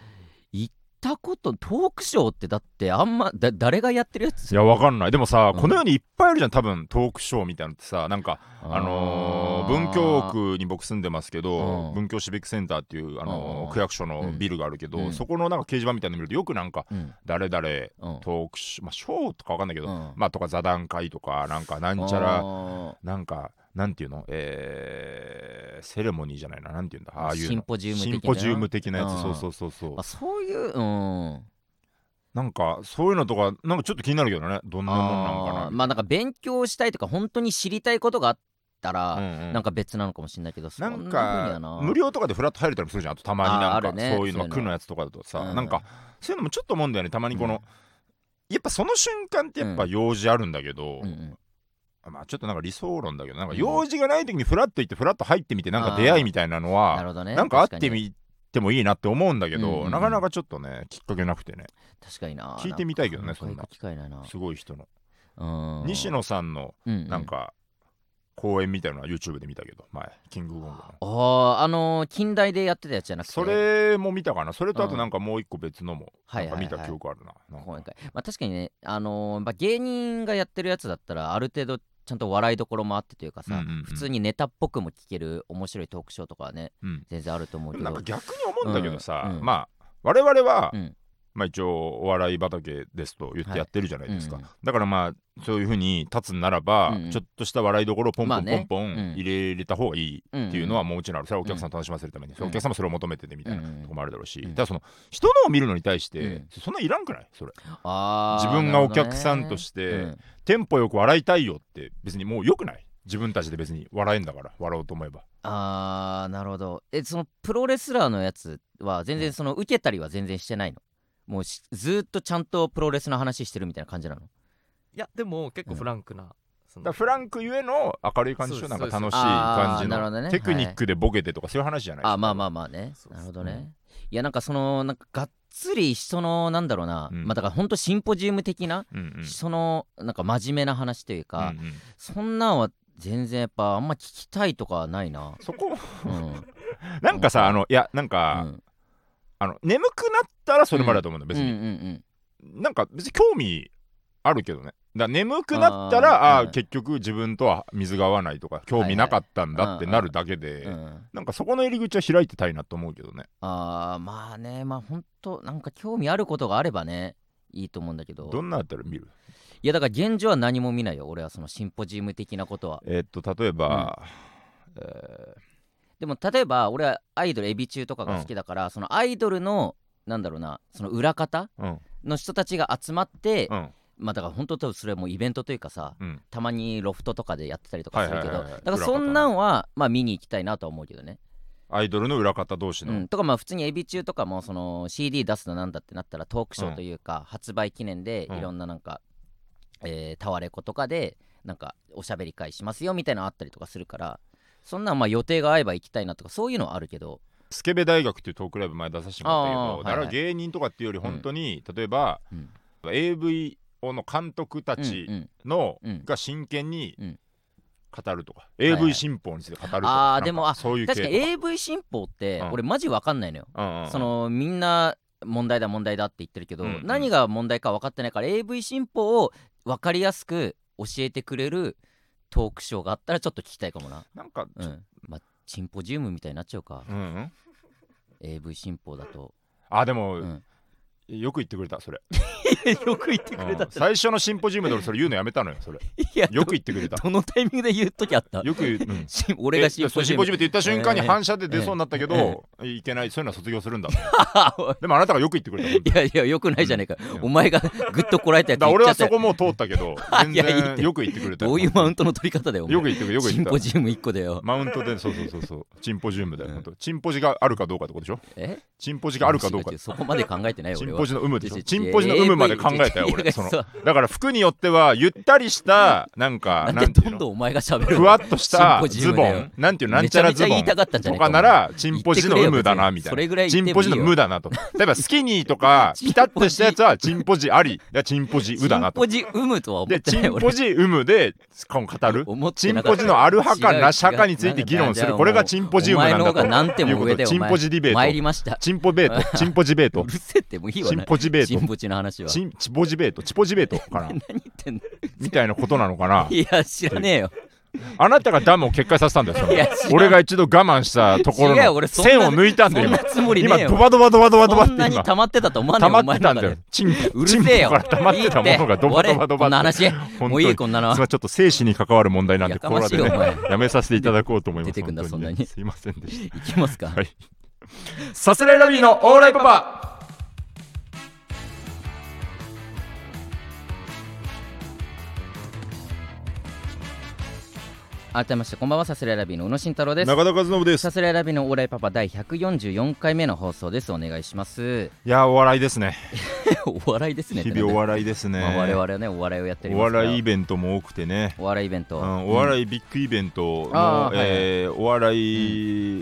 Speaker 1: たことトークショーってだってあんまだ誰がやってるやつ
Speaker 2: いやわかんないでもさ
Speaker 1: うん
Speaker 2: この世にいっぱいあるじゃん多分トークショーみたいなのってさなんかあのー文京区に僕住んでますけ
Speaker 1: う
Speaker 2: ど
Speaker 1: ん
Speaker 2: 文京シビックセンターっていうあ
Speaker 1: うん
Speaker 2: の
Speaker 1: うん
Speaker 2: ー区役所のビルがあるけ
Speaker 1: うん
Speaker 2: どそこのなんか掲示板みたいなの見るとよくなんか
Speaker 1: うん
Speaker 2: 誰々
Speaker 1: うん
Speaker 2: トークショーまあショーとかわかんないけど
Speaker 1: うん
Speaker 2: まあとか座談会とかなんかなんちゃら
Speaker 1: ら
Speaker 2: なんか、なんていうのえー、セレモニーじゃないな、なんていうんだ、ああいうの
Speaker 1: シンポジウム的な
Speaker 2: シンポジウム的なや
Speaker 1: うん
Speaker 2: つ、そうそうそうそう
Speaker 1: あ。そういううん
Speaker 2: なんか、そういうのとか、なんかちょっと気になるけどね、どんなもんなんか
Speaker 1: あー
Speaker 2: な。
Speaker 1: まあなんか勉強したいとか本当に知りたいことがあった
Speaker 2: う
Speaker 1: ら、
Speaker 2: んうん
Speaker 1: なんか別なのかもしれないけどそ
Speaker 2: なんん
Speaker 1: な風には
Speaker 2: か
Speaker 1: な
Speaker 2: 無料とかでフラット入れたりもするじゃんあとたまに
Speaker 1: あー
Speaker 2: な
Speaker 1: あ
Speaker 2: んか
Speaker 1: るね
Speaker 2: そうい
Speaker 1: そうい
Speaker 2: うの
Speaker 1: う
Speaker 2: が
Speaker 1: の
Speaker 2: 区のやつとかだとさ、
Speaker 1: うん
Speaker 2: なんかそういうのもちょっと思うんだよねたまにこ
Speaker 1: うん
Speaker 2: の、やっぱその瞬間ってやっぱ用事あるんだけ
Speaker 1: う
Speaker 2: ど、
Speaker 1: んうん
Speaker 2: まあちょっとなんか理想論だけどなんか用事がない時にフラッと行ってフラッと入ってみてなんか出会いみたいなのは
Speaker 1: なるほどね
Speaker 2: なんかあって
Speaker 1: 確に
Speaker 2: みてもいいなって思うんだけど、
Speaker 1: うんうんうん
Speaker 2: なかなかちょっとねきっかけなくてね
Speaker 1: 確かにな
Speaker 2: 聞いてみたいけどね
Speaker 1: なんか
Speaker 2: そんな
Speaker 1: 行く機会ないな
Speaker 2: すごい人の
Speaker 1: うん
Speaker 2: 西野さんの
Speaker 1: な
Speaker 2: なんか公演みたいなのは YouTube で見たけど前キングコングの
Speaker 1: あああのー近代でやってたやつじゃなくて
Speaker 2: それも見たかなそれとあ
Speaker 1: う
Speaker 2: と
Speaker 1: ん
Speaker 2: なんかもう一個別のも
Speaker 1: は
Speaker 2: ないん
Speaker 1: はい
Speaker 2: か
Speaker 1: はい
Speaker 2: 見た記憶あるななんか
Speaker 1: 講演会まあ確かにねあのーまあ芸人がやってるやつだったらある程度ちゃんと笑いどころもあってというかさ、
Speaker 2: うんうんうん
Speaker 1: 普通にネタっぽくも聞ける面白いトークショーとかはね
Speaker 2: うん
Speaker 1: 全然あると思う
Speaker 2: で
Speaker 1: け
Speaker 2: も
Speaker 1: ど
Speaker 2: なんか逆に思うんだけどさ、
Speaker 1: うんうん
Speaker 2: まあ我々は、
Speaker 1: うん
Speaker 2: まあ一応お笑い畑ですと言ってやってるじゃないですか、
Speaker 1: はいうん
Speaker 2: だからまあそういうふうに立つんならば、
Speaker 1: うんうん
Speaker 2: ちょっとした笑いどころをポン
Speaker 1: ま
Speaker 2: ポ
Speaker 1: あ
Speaker 2: ン
Speaker 1: ね
Speaker 2: ポンポン
Speaker 1: うん
Speaker 2: 入れれた方がいいっていうのはもちろんあるそれはお客さんを楽しませるために、それはお客さんもそれを求めててみたいな
Speaker 1: うん
Speaker 2: とこもあるだろうし、
Speaker 1: うん
Speaker 2: ただその人のを見るのに対して、
Speaker 1: うん
Speaker 2: そんないらんくないそれ
Speaker 1: あー
Speaker 2: 自分がお客さんとし
Speaker 1: なるほど
Speaker 2: て
Speaker 1: ね
Speaker 2: テンポよく笑いたいよって別にもうよくない自分たちで別に笑えんだから笑おうと思えば
Speaker 1: あーなるほどえそのプロレスラーのやつは全然その受けたりは全然してないのもうしずーっとちゃんとプロレスの話してるみたいな感じなの
Speaker 3: いやでも結構フランクな
Speaker 2: だ
Speaker 3: その
Speaker 2: からフランクゆえの明るい感じでしょ
Speaker 3: そ
Speaker 2: な
Speaker 3: うんで
Speaker 2: か
Speaker 3: す
Speaker 2: 楽しい
Speaker 1: あ
Speaker 2: 感
Speaker 1: ー
Speaker 2: じ
Speaker 1: なるほ
Speaker 2: の
Speaker 1: どね
Speaker 2: テクニックでボケてとかそういう話じゃない
Speaker 1: あまあまあ
Speaker 2: あ
Speaker 1: まあね
Speaker 3: そうそう
Speaker 1: なるほどね、いやなんかそのなんかがっつり人のなんだろうな、
Speaker 2: うん
Speaker 1: まあだからほんとシンポジウム的な、
Speaker 2: うんうん
Speaker 1: そのなんか真面目な話というか、
Speaker 2: うんうん
Speaker 1: そんなんは全然やっぱあんま聞きたいとかはないな、
Speaker 2: そこ
Speaker 1: うん
Speaker 2: なんかさあのいやなんか、
Speaker 1: うん
Speaker 2: あの眠くなったらそれまでだと思うんだ別
Speaker 1: うん
Speaker 2: に、
Speaker 1: うんうん
Speaker 2: なんか別に興味あるけどねだから眠くなったら
Speaker 1: あー
Speaker 2: ああー、
Speaker 1: うん
Speaker 2: 結局自分とは水が合わないとか興味なかったんだってなるだけで、
Speaker 1: うん
Speaker 2: なんかそこの入り口は開いてたいなと思うけどね
Speaker 1: あーまあねまあほんとなんか興味あることがあればねいいと思うんだけど
Speaker 2: どんなあったら見る
Speaker 1: いやだから現状は何も見ないよ俺はそのシンポジウム的なことは
Speaker 2: えっと例えば、えー
Speaker 1: でも例えば俺はアイドルエビ中とかが好きだから、そのアイドルのなんだろうなその裏方
Speaker 2: うん
Speaker 1: の人たちが集まって、
Speaker 2: うん
Speaker 1: まあだから本当多分それはもうイベントというかさ
Speaker 2: うん
Speaker 1: たまにロフトとかでやってたりとかするけど、
Speaker 2: はいはいはいはい
Speaker 1: だからそんなんはまあ見に行きたいなとは思うけどね、
Speaker 2: アイドルの裏方同士
Speaker 1: う
Speaker 2: の、
Speaker 1: ん、とかまあ普通にエビ中とかもその CD 出すのなんだってなったらトークショーというか、発売記念で
Speaker 2: うん
Speaker 1: いろんななんか、えータワレコとかでなんかおしゃべり会しますよみたいなのあったりとかするからそんなんまあ予定が合えば行きたいなとかそういうのはあるけど
Speaker 2: スケベ大学っていうトークライブ前出させてもらったけど
Speaker 1: あー、
Speaker 2: だか
Speaker 1: はい
Speaker 2: ら
Speaker 1: はい
Speaker 2: 芸人とかっていうより本当に、例えば
Speaker 1: うん
Speaker 2: AV の監督た
Speaker 1: うんう
Speaker 2: ち
Speaker 1: ん
Speaker 2: の、
Speaker 1: うん
Speaker 2: が真剣に
Speaker 1: うん
Speaker 2: 語るとか、
Speaker 1: いはい
Speaker 2: AV 新法について語ると
Speaker 1: あー
Speaker 2: か、なんか
Speaker 1: でもあ
Speaker 2: そういう系
Speaker 1: 確かに AV 新法って
Speaker 2: うん
Speaker 1: 俺マジわかんないのよ、
Speaker 2: うんうんうん
Speaker 1: そのみんな問題だ問題だって言ってるけど、
Speaker 2: うんうん
Speaker 1: 何が問題か分かってないから AV 新法を分かりやすく教えてくれるトークショーがあったらちょっと聞きたいかもな
Speaker 2: なんか、
Speaker 1: う
Speaker 2: ちょ
Speaker 1: んまあシンポジウムみたいになっちゃうか、
Speaker 2: うんうん
Speaker 1: AV 新法だと、
Speaker 2: あでも、
Speaker 1: うん
Speaker 2: よく言ってくれたそれ、
Speaker 1: よく言ってくれた
Speaker 2: うん最初のシンポジウムで俺それ言うのやめたのよ それ
Speaker 1: いや
Speaker 2: よく言ってくれた
Speaker 1: どのタイミングで言うときあった
Speaker 2: よく言う、うん
Speaker 1: し 俺がシン
Speaker 2: えそ
Speaker 1: ポ
Speaker 2: う
Speaker 1: ジ
Speaker 2: シン
Speaker 1: ウム
Speaker 2: ポジウムって言った瞬間に
Speaker 1: ええ
Speaker 2: 反射で出そうになったけど、いけないそういうのは卒業するんだ でもあなたがよく言ってくれた本当に
Speaker 1: いやいやよくないじゃねえか、
Speaker 2: うん
Speaker 1: お前がぐっとこらえたやつ
Speaker 2: だから
Speaker 1: 言っ
Speaker 2: 俺
Speaker 1: ちゃ
Speaker 2: は
Speaker 1: った
Speaker 2: そ
Speaker 1: よ
Speaker 2: こもう通ったけど 全
Speaker 1: いやいいっ
Speaker 2: 然
Speaker 1: て
Speaker 2: よく言ってくれた
Speaker 1: どういうマウン
Speaker 2: ト
Speaker 1: トの取り方だよお前
Speaker 2: よく言ってくれよく
Speaker 1: シ
Speaker 2: 言
Speaker 1: ン
Speaker 2: って
Speaker 1: ポ
Speaker 2: くれ
Speaker 1: ジウム1個だよ。
Speaker 2: マウントでそうそうそうそうチンポジウムだよ、
Speaker 1: うん
Speaker 2: 本当チンポジがあるかどうかってことでしょ
Speaker 1: え
Speaker 2: チンポジがあるかどうか
Speaker 1: 違違そこまで考えてないよ
Speaker 2: チ
Speaker 1: 俺
Speaker 2: ン
Speaker 1: は
Speaker 2: ポ。ジの有無で
Speaker 1: 違う
Speaker 2: し
Speaker 1: 違
Speaker 2: ょ
Speaker 1: う
Speaker 2: チンポジの有無まで考えたよ
Speaker 1: いやいや
Speaker 2: 俺
Speaker 1: いや
Speaker 2: その
Speaker 1: そう
Speaker 2: だから服によってはゆったりしたなんか
Speaker 1: な
Speaker 2: なんん
Speaker 1: で
Speaker 2: て
Speaker 1: ど
Speaker 2: いうんの
Speaker 1: どんお前が喋るの
Speaker 2: ふわっとした
Speaker 1: チンポジウ
Speaker 2: ズ
Speaker 1: ムだ
Speaker 2: ボ
Speaker 1: よ
Speaker 2: ンなんていうのなんちゃら
Speaker 1: めちゃめちゃ
Speaker 2: ズボ
Speaker 1: 言い
Speaker 2: ン
Speaker 1: たかったんじゃね
Speaker 2: と
Speaker 1: えか
Speaker 2: かならチンポジの有無だ
Speaker 1: 言
Speaker 2: な
Speaker 1: って
Speaker 2: み
Speaker 1: くれよ別に
Speaker 2: た
Speaker 1: それ
Speaker 2: い
Speaker 1: ぐらい言
Speaker 2: なチ
Speaker 1: っても
Speaker 2: ンポ
Speaker 1: いいよ
Speaker 2: ジの無だなと例えばスキニーとか
Speaker 1: チンポジ
Speaker 2: ピタッとしたやつはチンポジありだチンポジうだなと
Speaker 1: チンポジウムとは思っ
Speaker 2: で
Speaker 1: て
Speaker 2: チ
Speaker 1: ない
Speaker 2: ン
Speaker 1: 俺
Speaker 2: ポ。ジ有無で今後語る
Speaker 1: 思って
Speaker 2: チ
Speaker 1: な
Speaker 2: ン
Speaker 1: か
Speaker 2: ポ
Speaker 1: った
Speaker 2: ジのある派か
Speaker 1: 違う
Speaker 2: なし派かについ
Speaker 1: 違う
Speaker 2: て議論す
Speaker 1: じゃ
Speaker 2: る
Speaker 1: あ
Speaker 2: これ
Speaker 1: もう
Speaker 2: がチンポジウムな
Speaker 1: お前
Speaker 2: ん
Speaker 1: の
Speaker 2: だ
Speaker 1: 方が
Speaker 2: と
Speaker 1: 何点も上だよ。
Speaker 2: いうことチンポジディベー
Speaker 1: お
Speaker 2: ト
Speaker 1: 前参りました。
Speaker 2: チンポベ ートチンポジベー
Speaker 1: う
Speaker 2: ト
Speaker 1: るせえってもういいわ
Speaker 2: チン
Speaker 1: な。
Speaker 2: ポジベー
Speaker 1: チ
Speaker 2: ト
Speaker 1: ンポジの話は。
Speaker 2: チンチポジベートチポジベートか な
Speaker 1: 何言ってんの
Speaker 2: みたいなことなのかない
Speaker 1: や知らねえよ。
Speaker 2: あなたがダムを決壊させたんだよそ
Speaker 1: いや
Speaker 2: れ
Speaker 1: 違う
Speaker 2: 俺が一度我慢したところ
Speaker 1: 違うよ俺
Speaker 2: の
Speaker 1: そんな
Speaker 2: 線を抜いたんだ
Speaker 1: そ
Speaker 2: よ
Speaker 1: んなつもりね
Speaker 2: 今
Speaker 1: えよ
Speaker 2: 今ドバドバドバドバドバ
Speaker 1: そ
Speaker 2: っ
Speaker 1: んな
Speaker 2: て
Speaker 1: に
Speaker 2: 今
Speaker 1: 溜まってたと思わね
Speaker 2: 溜
Speaker 1: えよ
Speaker 2: ま
Speaker 1: お
Speaker 2: っ
Speaker 1: 前
Speaker 2: てた
Speaker 1: の中
Speaker 2: んだよ
Speaker 1: で。
Speaker 2: チン
Speaker 1: うる
Speaker 2: チンポ
Speaker 1: せえよ
Speaker 2: から溜まってたものがドバドバドバ
Speaker 1: こんな
Speaker 2: って
Speaker 1: 話
Speaker 2: 当に
Speaker 1: もういいこんなのは
Speaker 2: すいませんちょっと精子に関わる問題なんで
Speaker 1: やか
Speaker 2: こ
Speaker 1: ま
Speaker 2: こら
Speaker 1: しい
Speaker 2: で
Speaker 1: よ
Speaker 2: ね
Speaker 1: お前
Speaker 2: やめさせていただこうと思います。
Speaker 1: 出てくんだ
Speaker 2: 本当
Speaker 1: そんなに
Speaker 2: すいませんでした。
Speaker 1: いきますか。
Speaker 2: はいサスレラビーのオーライパパ。
Speaker 1: 改めましてこんばんはサスレラビーの宇野慎太郎です。
Speaker 2: 中田和信で
Speaker 1: サ
Speaker 2: す。
Speaker 1: スレラビーのオーライパパ第144回目の放送です。お願いします。
Speaker 2: いやお笑いですね。
Speaker 1: お笑いですね。
Speaker 2: 日々お笑いですね。
Speaker 1: まあ、我々はねお笑いをやっており
Speaker 2: お
Speaker 1: ますから
Speaker 2: 笑いイベントも多くてね。
Speaker 1: お笑いイベント、
Speaker 2: うん、お笑いビッグイベント
Speaker 1: あー、
Speaker 2: のえーお笑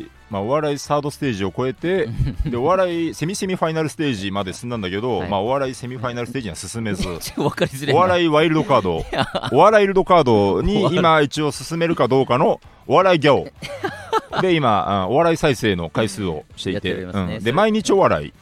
Speaker 2: い、まあ、お笑いサードステージを超 えてでお笑いセミセミファイナルステージまで進んだんだけど、
Speaker 1: はい
Speaker 2: まあ、お笑いセミファイナルステージには進めず
Speaker 1: ちょっと分かりづらい
Speaker 2: お笑いワイルドカードお笑いワイルドカードに今一応進めるかどうかのお笑いギャオで今、うんお笑い再生の回数をしていて
Speaker 1: やっておりますね
Speaker 2: うんで毎日お笑い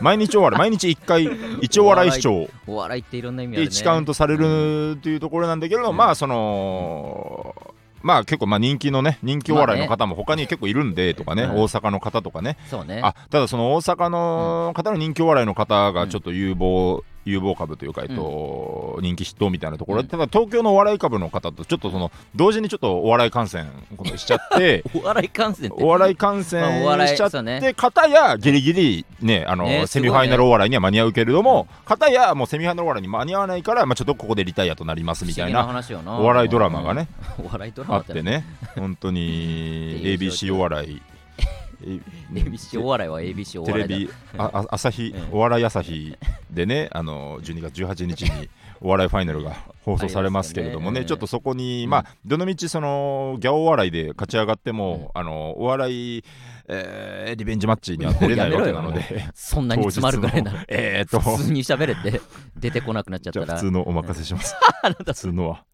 Speaker 2: 毎日お笑い毎日1回一応笑い視聴
Speaker 1: お笑いっていろんな意味あ
Speaker 2: で
Speaker 1: るね
Speaker 2: 1カウントされるというところなんだけれど、
Speaker 1: うん
Speaker 2: まあそのまあ結構まあ人気のね人気お笑いの方も他に結構いるんでとかね、
Speaker 1: うん
Speaker 2: 大阪の方とかね
Speaker 1: そうね
Speaker 2: あただその大阪の方の人気お笑いの方がちょっと有望、有望株というか、えっと、人気筆頭みたいなところ
Speaker 1: うん
Speaker 2: でただ東京のお笑い株の方とちょっとその同時にちょっとお笑い観戦このしちゃって
Speaker 1: お笑い観戦って
Speaker 2: お笑い観戦
Speaker 1: まあお笑い
Speaker 2: しちゃっ
Speaker 1: そうね
Speaker 2: て方やギリギリねあの
Speaker 1: ね
Speaker 2: セミファイナルお笑いには間に合うけれども方やもうセミファイナルお笑いに間に合わないからまあちょっとここでリタイアとなりますみたい
Speaker 1: 不
Speaker 2: な
Speaker 1: 思議話よな
Speaker 2: お笑いドラマがね
Speaker 1: うんお笑いドラ
Speaker 2: あ
Speaker 1: マ
Speaker 2: って
Speaker 1: ね
Speaker 2: ね本 当に
Speaker 1: っていう状況
Speaker 2: ABC お笑 い
Speaker 1: ABC お笑いは ABC お
Speaker 2: テ
Speaker 1: 笑
Speaker 2: レ
Speaker 1: いだ
Speaker 2: ビああ朝日、
Speaker 1: うん
Speaker 2: お笑い朝日でねあの12月18日にお笑いファイナルが放送されますけれどもね
Speaker 1: ありますよね
Speaker 2: ちょっとそこに、
Speaker 1: うん
Speaker 2: まあどのみちそのギャオお笑いで勝ち上がっても、あのお笑い、えーリベンジマッチには出れないわけな
Speaker 1: も
Speaker 2: の
Speaker 1: うや
Speaker 2: で
Speaker 1: そんなに詰まるぐらいなら
Speaker 2: えーっと
Speaker 1: 普通に喋れて出てこなくなっちゃっ
Speaker 2: じ
Speaker 1: た
Speaker 2: ゃあ
Speaker 1: ら
Speaker 2: 普通のお任せ します普通のは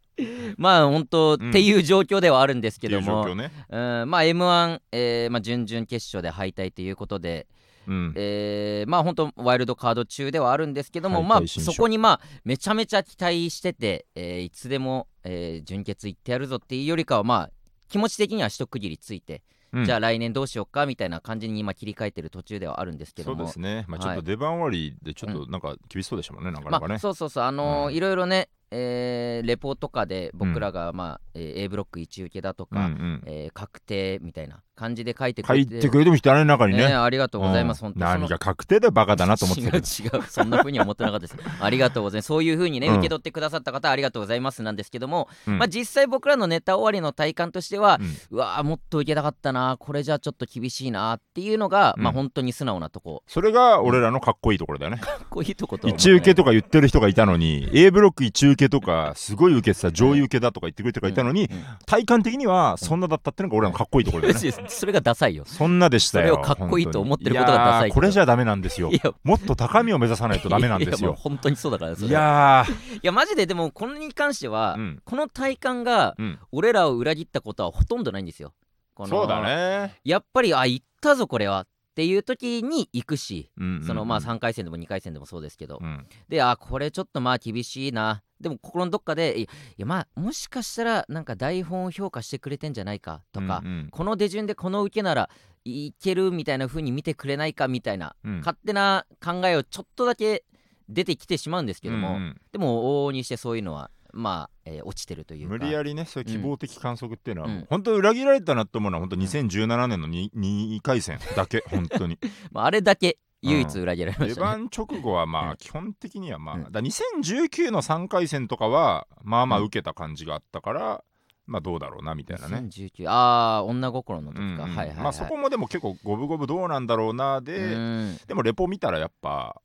Speaker 1: まあ本当、
Speaker 2: うん
Speaker 1: っていう状況ではあるんです
Speaker 2: って
Speaker 1: けど
Speaker 2: いう状
Speaker 1: も
Speaker 2: 況ね、
Speaker 1: うんまあ m 1、えーまあ、準々決勝で敗退ということで、
Speaker 2: うん、
Speaker 1: えーまあ本当ワイルドカード中ではあるんですけども、
Speaker 2: はい
Speaker 1: まあ
Speaker 2: 対新
Speaker 1: そ
Speaker 2: 書
Speaker 1: こにまあめちゃめちゃ期待してて、えーいつでも、えー、準決行ってやるぞっていうよりかはまあ気持ち的には一区切りついて、
Speaker 2: うん
Speaker 1: じゃあ来年どうしようかみたいな感じに今切り替えてる途中ではあるんですけ
Speaker 2: そ
Speaker 1: ど
Speaker 2: うで
Speaker 1: も
Speaker 2: すね、まあ、ちょ
Speaker 1: は
Speaker 2: っ
Speaker 1: い
Speaker 2: と出番終わりでちょっとなんか厳しそうでしたもんね、なかな
Speaker 1: ま
Speaker 2: かね、
Speaker 1: あ、そうそうそうあのー
Speaker 2: うん
Speaker 1: いろいろね、えーレポートとかで僕らが、まあえー A ブロック一受けだとか、
Speaker 2: うんうん
Speaker 1: えー確定みたいな感じで書いてく
Speaker 2: 書
Speaker 1: れ
Speaker 2: い
Speaker 1: て
Speaker 2: てくれても人あれの中にね、
Speaker 1: ねありがとうございます、
Speaker 2: う
Speaker 1: 本
Speaker 2: ん
Speaker 1: 当その
Speaker 2: 何が確定でバカだなと思ってたけど
Speaker 1: 違う違うそんな風には思ってなかったですありがとうございますそういう風にね、
Speaker 2: うん
Speaker 1: 受け取ってくださった方ありがとうございますなんですけども、
Speaker 2: うん
Speaker 1: まあ実際僕らのネタ終わりの体感としては、
Speaker 2: うん
Speaker 1: うわーもっといけたかったなこれじゃちょっと厳しいなっていうのが、まあ
Speaker 2: うん
Speaker 1: 本当に素直なとこ
Speaker 2: それが俺らのかっこいいところだよね
Speaker 1: かっこいいとことは思
Speaker 2: 一受け
Speaker 1: と
Speaker 2: とか言ってる人がいたのに A ブロック一受けとかすごい受けてた上位受けだとか言ってくれてる人がいたのに体感的にはそんなだったってのが俺らのかっこいいとこ ろだよね
Speaker 1: それがダサいよ
Speaker 2: そんなでした
Speaker 1: それを
Speaker 2: よ
Speaker 1: かっこいいと思ってることがダサいけど
Speaker 2: やーこれじゃダメなんですよ
Speaker 1: いや
Speaker 2: もっと高みを目指さないとダメなんです
Speaker 1: いやもう
Speaker 2: よ
Speaker 1: 本当にそうだからねそ
Speaker 2: い
Speaker 1: れは
Speaker 2: や
Speaker 1: いやマジででもこれに関しては、
Speaker 2: ーうん
Speaker 1: この体感が
Speaker 2: うん
Speaker 1: 俺らを裏切ったことはほとんどないんですよこの
Speaker 2: そうだね
Speaker 1: やっぱりあ行ったぞこれはっていう時に行くしそのまあ
Speaker 2: 3
Speaker 1: 3回戦でも2回戦でもそうですけど、
Speaker 2: うん
Speaker 1: であこれちょっとまあ厳しいなでも心のどっかでいいやまあもしかしたらなんか台本を評価してくれてんじゃないかとか、
Speaker 2: うんうん
Speaker 1: この手順でこの受けならいけるみたいな風に見てくれないかみたいな、
Speaker 2: うん
Speaker 1: 勝手な考えをちょっとだけ出てきてしまうんですけども、
Speaker 2: うんうん
Speaker 1: でも往々にしてそういうのはまあ、えー落ちてるというか
Speaker 2: 無理やりねそういう希望的観測っていうのは、
Speaker 1: うん
Speaker 2: もう本当に裏切られたなと思うのは本当2017年の 2, 2回戦だけ本当に
Speaker 1: まあ、あれだけ唯一裏切られま
Speaker 2: 出
Speaker 1: したね、
Speaker 2: 番直後はま
Speaker 1: うん
Speaker 2: あ基本的にはまあ、
Speaker 1: うん
Speaker 2: だから2019の3回戦とかはまあまあ
Speaker 1: うん
Speaker 2: 受けた感じがあったから、まあどうだろうなみたいなね。
Speaker 1: 2019ああ女心の時
Speaker 2: う
Speaker 1: か、はい
Speaker 2: ん
Speaker 1: はい、はい、
Speaker 2: まあそこもでも結構五分五分どうなんだろうなで、
Speaker 1: うん
Speaker 2: でもレポ見たらやっぱ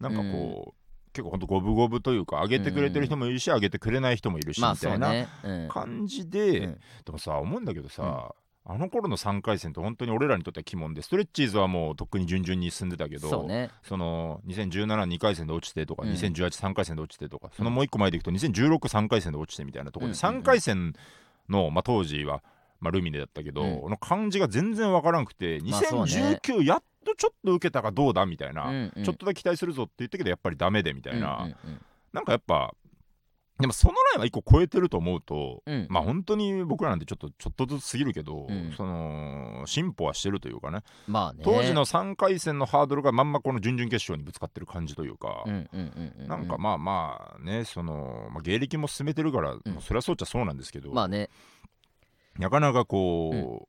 Speaker 2: なんかこう、結構ほんと五分五分というか上げてくれてる人もいるし、上げてくれない人もいるしみ
Speaker 1: まあ
Speaker 2: た
Speaker 1: そう
Speaker 2: いな
Speaker 1: ね、うん、
Speaker 2: 感じで、
Speaker 1: うん
Speaker 2: でもさ思うんだけどさ、あの頃の3回戦って本当に俺らにとっては鬼門でストレッチーズはもうとっくに順々に進んでたけど
Speaker 1: そうね
Speaker 2: その20172回戦で落ちてとか、
Speaker 1: うん
Speaker 2: 20183回戦で落ちてとかそうの
Speaker 1: ん
Speaker 2: もう一個前でいくと20163回戦で落ちてみたいなところで、
Speaker 1: うんうんうん
Speaker 2: 3回戦の、まあ、当時は、まあ、ルミネだったけど、
Speaker 1: う
Speaker 2: の感じが全然わからんくて
Speaker 1: まあそうね
Speaker 2: 2019やっとちょっと受けたかどうだみたいな、
Speaker 1: うんうん
Speaker 2: ちょっとだけ期待するぞって言ったけどやっぱりダメでみたいな、
Speaker 1: うんうん
Speaker 2: なんかやっぱでもそのラインは一個超えてると思うと、
Speaker 1: うん
Speaker 2: まあ本当に僕らなんてちょっとちょっとずつすぎるけど、
Speaker 1: うん
Speaker 2: その進歩はしてるというかね
Speaker 1: まあね
Speaker 2: 当時の3回戦のハードルがまんまこの準々決勝にぶつかってる感じというか、
Speaker 1: うんうんうんうんう
Speaker 2: なんかまあまあねその、まあ、芸歴も進めてるから、
Speaker 1: ん
Speaker 2: まあそりゃそうっちゃそうなんですけど、
Speaker 1: まあね
Speaker 2: なかなかこ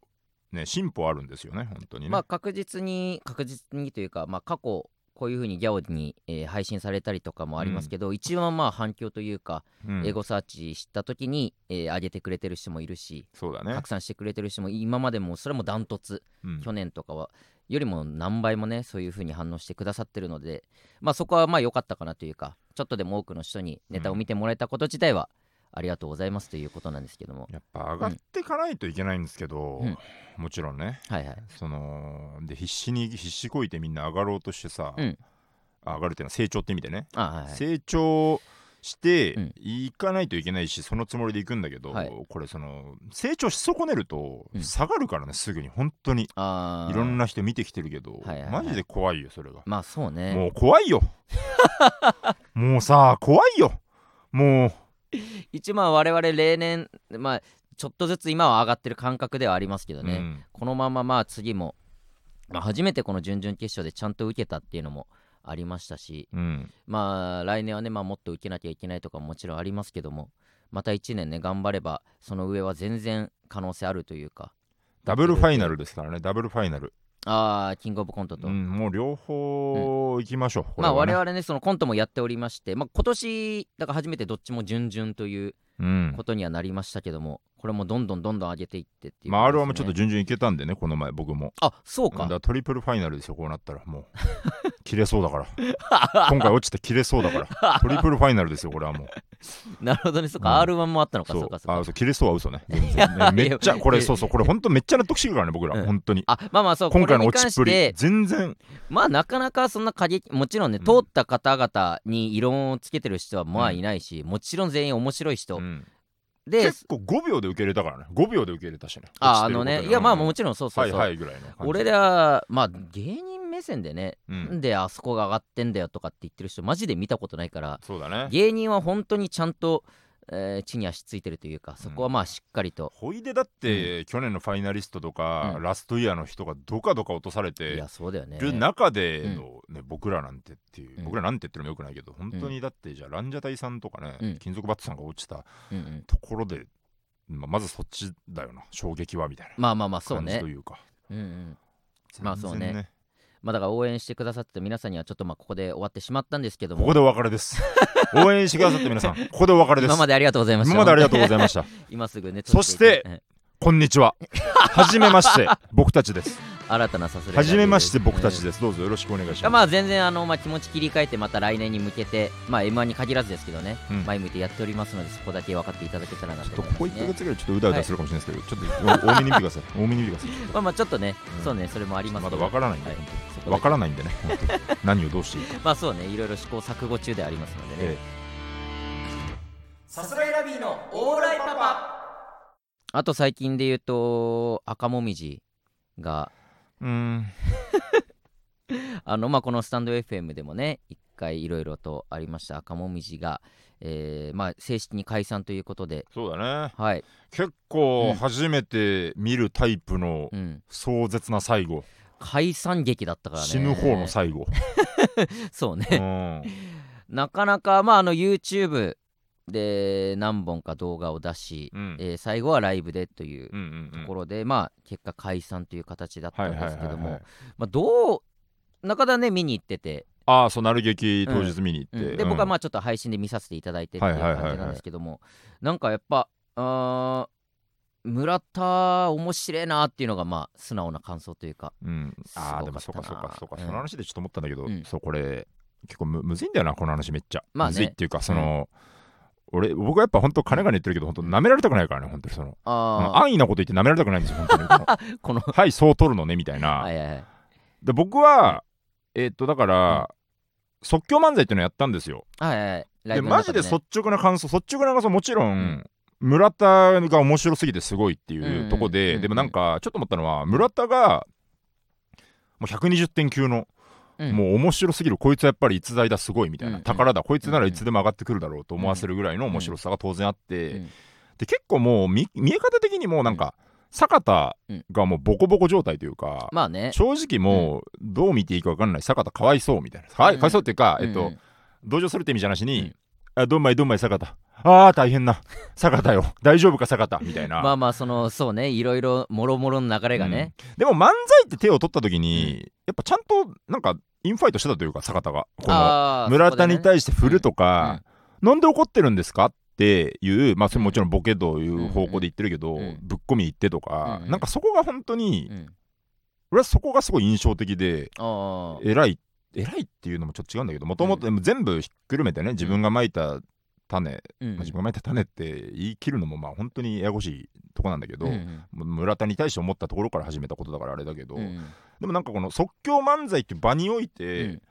Speaker 2: う、ね進歩あるんですよね本当にね。
Speaker 1: まあ確実に確実にというかまあ過去こういうふうにギャオに、えー配信されたりとかもありますけど、一番まあ反響というか、
Speaker 2: うん
Speaker 1: エゴサーチした時に、えー上げてくれてる人もいるし
Speaker 2: そうだね、
Speaker 1: 拡散してくれてる人も今までもそれもダントツ、
Speaker 2: うん
Speaker 1: 去年とかはよりも何倍もねそういうふうに反応してくださってるのでまあそこはまあ良かったかなというかちょっとでも多くの人にネタを見てもらえたこと自体はありがとうございますということなんですけども、
Speaker 2: やっぱ上がっていかないといけないんですけど、
Speaker 1: うん
Speaker 2: もちろんね
Speaker 1: はいはい
Speaker 2: そので必死に必死こいてみんな上がろうとしてさ、
Speaker 1: うん
Speaker 2: あ上がるっていうのは成長って意味でね、
Speaker 1: あはいはい
Speaker 2: 成長して
Speaker 1: うん
Speaker 2: いかないといけないし、そのつもりでいくんだけど、
Speaker 1: はい
Speaker 2: これその成長し損ねると
Speaker 1: うん
Speaker 2: 下がるからね、すぐに本当に
Speaker 1: あー
Speaker 2: いろんな人見てきてるけど、
Speaker 1: はいはいはい
Speaker 2: マジで怖いよそれが、
Speaker 1: まあそうね
Speaker 2: もう 怖いよもうさ怖いよもう
Speaker 1: 一番我々例年まあちょっとずつ今は上がってる感覚ではありますけどね、
Speaker 2: うん
Speaker 1: このまままあ次も、まあ、初めてこの準々決勝でちゃんと受けたっていうのもありましたし
Speaker 2: うん
Speaker 1: まあ来年はね、まあ、もっと受けなきゃいけないとかももちろんありますけどもまた1年ね頑張ればその上は全然可能性あるというか
Speaker 2: ダブルファイナルですからねダブルファイナル、
Speaker 1: ああキングオブコントと、
Speaker 2: うんもう両方行きましょう、これ
Speaker 1: まあ
Speaker 2: は
Speaker 1: 我
Speaker 2: ね
Speaker 1: 々ねそのコントもやっておりまして、まあ、今年だから初めてどっちも準々という
Speaker 2: うん
Speaker 1: ことにはなりましたけどもこれもどんどんどんどん上げていってっていうことですね、
Speaker 2: まあ R1 もちょっと順々いけたんでねこの前僕も
Speaker 1: あそう
Speaker 2: だ
Speaker 1: か
Speaker 2: からトリプルファイナルですよこうなったらもう切れそうだから今回落ちて切れそう だからトリプルファイナルですよこれはもう
Speaker 1: なるほどね、そっ
Speaker 2: うん
Speaker 1: か、R1 もあったのか、
Speaker 2: そ
Speaker 1: そうっか、そっ
Speaker 2: あ
Speaker 1: か。
Speaker 2: そう切れそうは 嘘ね全然ねめっちゃこれそうそうこれ本当めっちゃ納得してくるからね僕ら
Speaker 1: うん
Speaker 2: 本当に
Speaker 1: あ、まあまあ、そう、
Speaker 2: 今回の
Speaker 1: これに
Speaker 2: 落ち
Speaker 1: 関
Speaker 2: っぷ
Speaker 1: して
Speaker 2: り全然
Speaker 1: まあ、なかなかそんな過激、もちろんね、
Speaker 2: うん
Speaker 1: 通った方々に異論をつけてる人はまあいないし、もちろん全員面白い人。
Speaker 2: うん
Speaker 1: で、
Speaker 2: 結構5秒で受け入れたからね5秒で受け入れたしね
Speaker 1: あ、
Speaker 2: 落ち
Speaker 1: あ
Speaker 2: てる
Speaker 1: の
Speaker 2: こと
Speaker 1: ね、
Speaker 2: で
Speaker 1: いや、まあ、
Speaker 2: うん
Speaker 1: もちろんそうそ
Speaker 2: は
Speaker 1: う
Speaker 2: い
Speaker 1: そう。
Speaker 2: はいぐらいの感じ
Speaker 1: 俺ら、まあ、芸人目線でね、
Speaker 2: う
Speaker 1: なんんであそこが上がってんだよとかって言ってる人、マジで見たことないから、
Speaker 2: そうだね
Speaker 1: 芸人は本当にちゃんと、えー地に足ついてるというかそこはまあしっかりと、
Speaker 2: ほいでだって、去年のファイナリストとか、
Speaker 1: うん
Speaker 2: ラストイヤーの人がどかどか落とされ
Speaker 1: い
Speaker 2: て
Speaker 1: やそうだよね
Speaker 2: る中での、ね僕らなんてっていう、
Speaker 1: うん
Speaker 2: 僕らなんてってのもよくないけど本当にだってじゃあランジャタイさんとかね、
Speaker 1: うん
Speaker 2: 金属バットさんが落ちた
Speaker 1: うんうん
Speaker 2: ところで、まあまずそっちだよな衝撃はみたいな
Speaker 1: まあまあまあそう
Speaker 2: 感じ
Speaker 1: ね
Speaker 2: というか
Speaker 1: うんうんまあそうね
Speaker 2: 全然
Speaker 1: まあだから応援してくださってた皆さんにはちょっとまあここで終わってしまったんですけど
Speaker 2: こ
Speaker 1: も
Speaker 2: こでお別れです応援してくださって皆さんここでお別れです
Speaker 1: 今までありがとうございました
Speaker 2: 今までありがとうございました
Speaker 1: 今すぐね
Speaker 2: そして
Speaker 1: うん
Speaker 2: こんにちははじめまして僕たちです
Speaker 1: 新たなさすれ
Speaker 2: はじめまして僕たち
Speaker 1: で
Speaker 2: ですどうぞよろしくお願いし
Speaker 1: いや
Speaker 2: ま
Speaker 1: まあ
Speaker 2: す
Speaker 1: 全然あの、まあ、気持ち切り替えてまた来年に向けて、まあ、m 1に限らずですけどね、
Speaker 2: うん
Speaker 1: 前向いてやっておりますのでそこだけ分かっていただけたらな
Speaker 2: ちょっ
Speaker 1: と
Speaker 2: と
Speaker 1: 思
Speaker 2: ここ
Speaker 1: います、
Speaker 2: 1ヶ
Speaker 1: ね、
Speaker 2: 月ぐらいちょっとうだうだするかもしれないですけど、ちょっと多めに見てください。多めに見てください。
Speaker 1: まあまあちょっとね、
Speaker 2: うん
Speaker 1: そうねそれもあります
Speaker 2: ま
Speaker 1: け
Speaker 2: だ
Speaker 1: ど
Speaker 2: わからないんで、
Speaker 1: はい
Speaker 2: 本
Speaker 1: そこ
Speaker 2: 当
Speaker 1: で
Speaker 2: にわからないんでね、 本当に何をどうしていいか。
Speaker 1: まあそうねいろいろ試行錯誤中ではありますのでね、
Speaker 2: え
Speaker 3: さすらいラビーのオーライパパ
Speaker 1: あと最近で言うと赤もみじが
Speaker 2: えうーん、
Speaker 1: あの、まあ、このスタンド FM でもね一回いろいろとありました赤もみじが、えーまあ、正式に解散ということで
Speaker 2: そうだね。
Speaker 1: はい、
Speaker 2: 結
Speaker 1: う
Speaker 2: 構
Speaker 1: ん
Speaker 2: 初めて見るタイプの
Speaker 1: うん、
Speaker 2: 壮絶な最後、
Speaker 1: 解散劇だったからね
Speaker 2: 死ぬ方の最 後。
Speaker 1: そうね、
Speaker 2: うん
Speaker 1: なかなか、まあ、あの YouTube で何本か動画を出し、
Speaker 2: うん
Speaker 1: えー最後はライブでという
Speaker 2: うんう
Speaker 1: と
Speaker 2: ん
Speaker 1: こ
Speaker 2: うん
Speaker 1: ろで、まあ、結果解散という形だっ
Speaker 2: は
Speaker 1: た
Speaker 2: い
Speaker 1: ん
Speaker 2: はい
Speaker 1: で
Speaker 2: はい
Speaker 1: すけど
Speaker 2: は
Speaker 1: も
Speaker 2: い。
Speaker 1: まあどう中田ね見に行ってて、
Speaker 2: ああ、そうなる劇当日見に行
Speaker 1: う
Speaker 2: っ
Speaker 1: ん
Speaker 2: て。
Speaker 1: で僕はま
Speaker 2: あ、
Speaker 1: あちょっと配信で見させていただいてっていう
Speaker 2: はいはいはいはい
Speaker 1: 感じなんですけどもなんかやっぱあー村田面白いなっていうのがまあ素直な感想というか
Speaker 2: うん、ああ、
Speaker 1: すごか
Speaker 2: でも
Speaker 1: った
Speaker 2: そう
Speaker 1: な
Speaker 2: かそうかそうか、
Speaker 1: うん
Speaker 2: その話でちょっと思ったんだけど、
Speaker 1: うん
Speaker 2: そうこれ結構むむずいんだよなこの話めっちゃ、
Speaker 1: まあね
Speaker 2: むずいっていうかその、俺僕はやっぱ本当金が言ってるけど本当舐められたくないからね本当にその、
Speaker 1: あ
Speaker 2: 安易なこと言って舐められたくないんですよ本当にこの
Speaker 1: ー この
Speaker 2: はいそう取るのねみたいな、
Speaker 1: はいはいはい
Speaker 2: で僕はえーっとだから、即興漫才っていうのやったんですよ
Speaker 1: はいはいライ
Speaker 2: で
Speaker 1: ブの
Speaker 2: マ
Speaker 1: 中
Speaker 2: ジ
Speaker 1: で
Speaker 2: で
Speaker 1: ね
Speaker 2: 率直な感想率直な感想もちろん、
Speaker 1: うん
Speaker 2: 村田が面白すぎてすごいって
Speaker 1: うんう
Speaker 2: い
Speaker 1: ん
Speaker 2: うとこで、
Speaker 1: うん
Speaker 2: でもなんかちょっと思ったのは村田がもう120点級の、
Speaker 1: うん
Speaker 2: もう面白すぎるこいつはやっぱり逸材だすごいみたいな、
Speaker 1: うん
Speaker 2: 宝だこいつならいつでも上がってくるだろうと思わせるぐらいの面白さが当然あって、
Speaker 1: うん
Speaker 2: で結構もう見見え方的にもうなんか、坂田がもうボコボコ状態というか、
Speaker 1: まあね
Speaker 2: 正直もうどう見ていいか分かんない坂田かわいそうみたいな、はいかわいそうっていうか、えっと、
Speaker 1: うんうん
Speaker 2: 同情するって意味じゃなしに、
Speaker 1: うん
Speaker 2: あどんまいどんまい坂田ああ大変な坂田よ大丈夫か坂田みたいな、
Speaker 1: まあまあそのそうねいろいろもろもろの流れがね、
Speaker 2: うんでも漫才って手を取った時に、やっぱちゃんとなんかインファイトしてたというか坂田がこの
Speaker 1: あー
Speaker 2: 村田に
Speaker 1: そこでね
Speaker 2: 対して振るとか、なんで怒ってるんですかっていうまあそれもちろんボケという方向で言ってるけど、
Speaker 1: うんうん
Speaker 2: ぶっ込み言ってとか、
Speaker 1: うんうん
Speaker 2: なんかそこが本当に、
Speaker 1: うん
Speaker 2: 俺はそこがすごい印象的で、
Speaker 1: あー
Speaker 2: 偉い偉いっていうのもちょっと違うんだけどもともと全部ひっくるめてね自分がまいた種、
Speaker 1: うん
Speaker 2: まあ自分がまいた種って言い切るのもまあ本当にややこしいとこなんだけど、
Speaker 1: うんうん
Speaker 2: もう村田に対して思ったところから始めたことだからあれだけど、
Speaker 1: うんうん
Speaker 2: でもなんかこの即興漫才っていう場において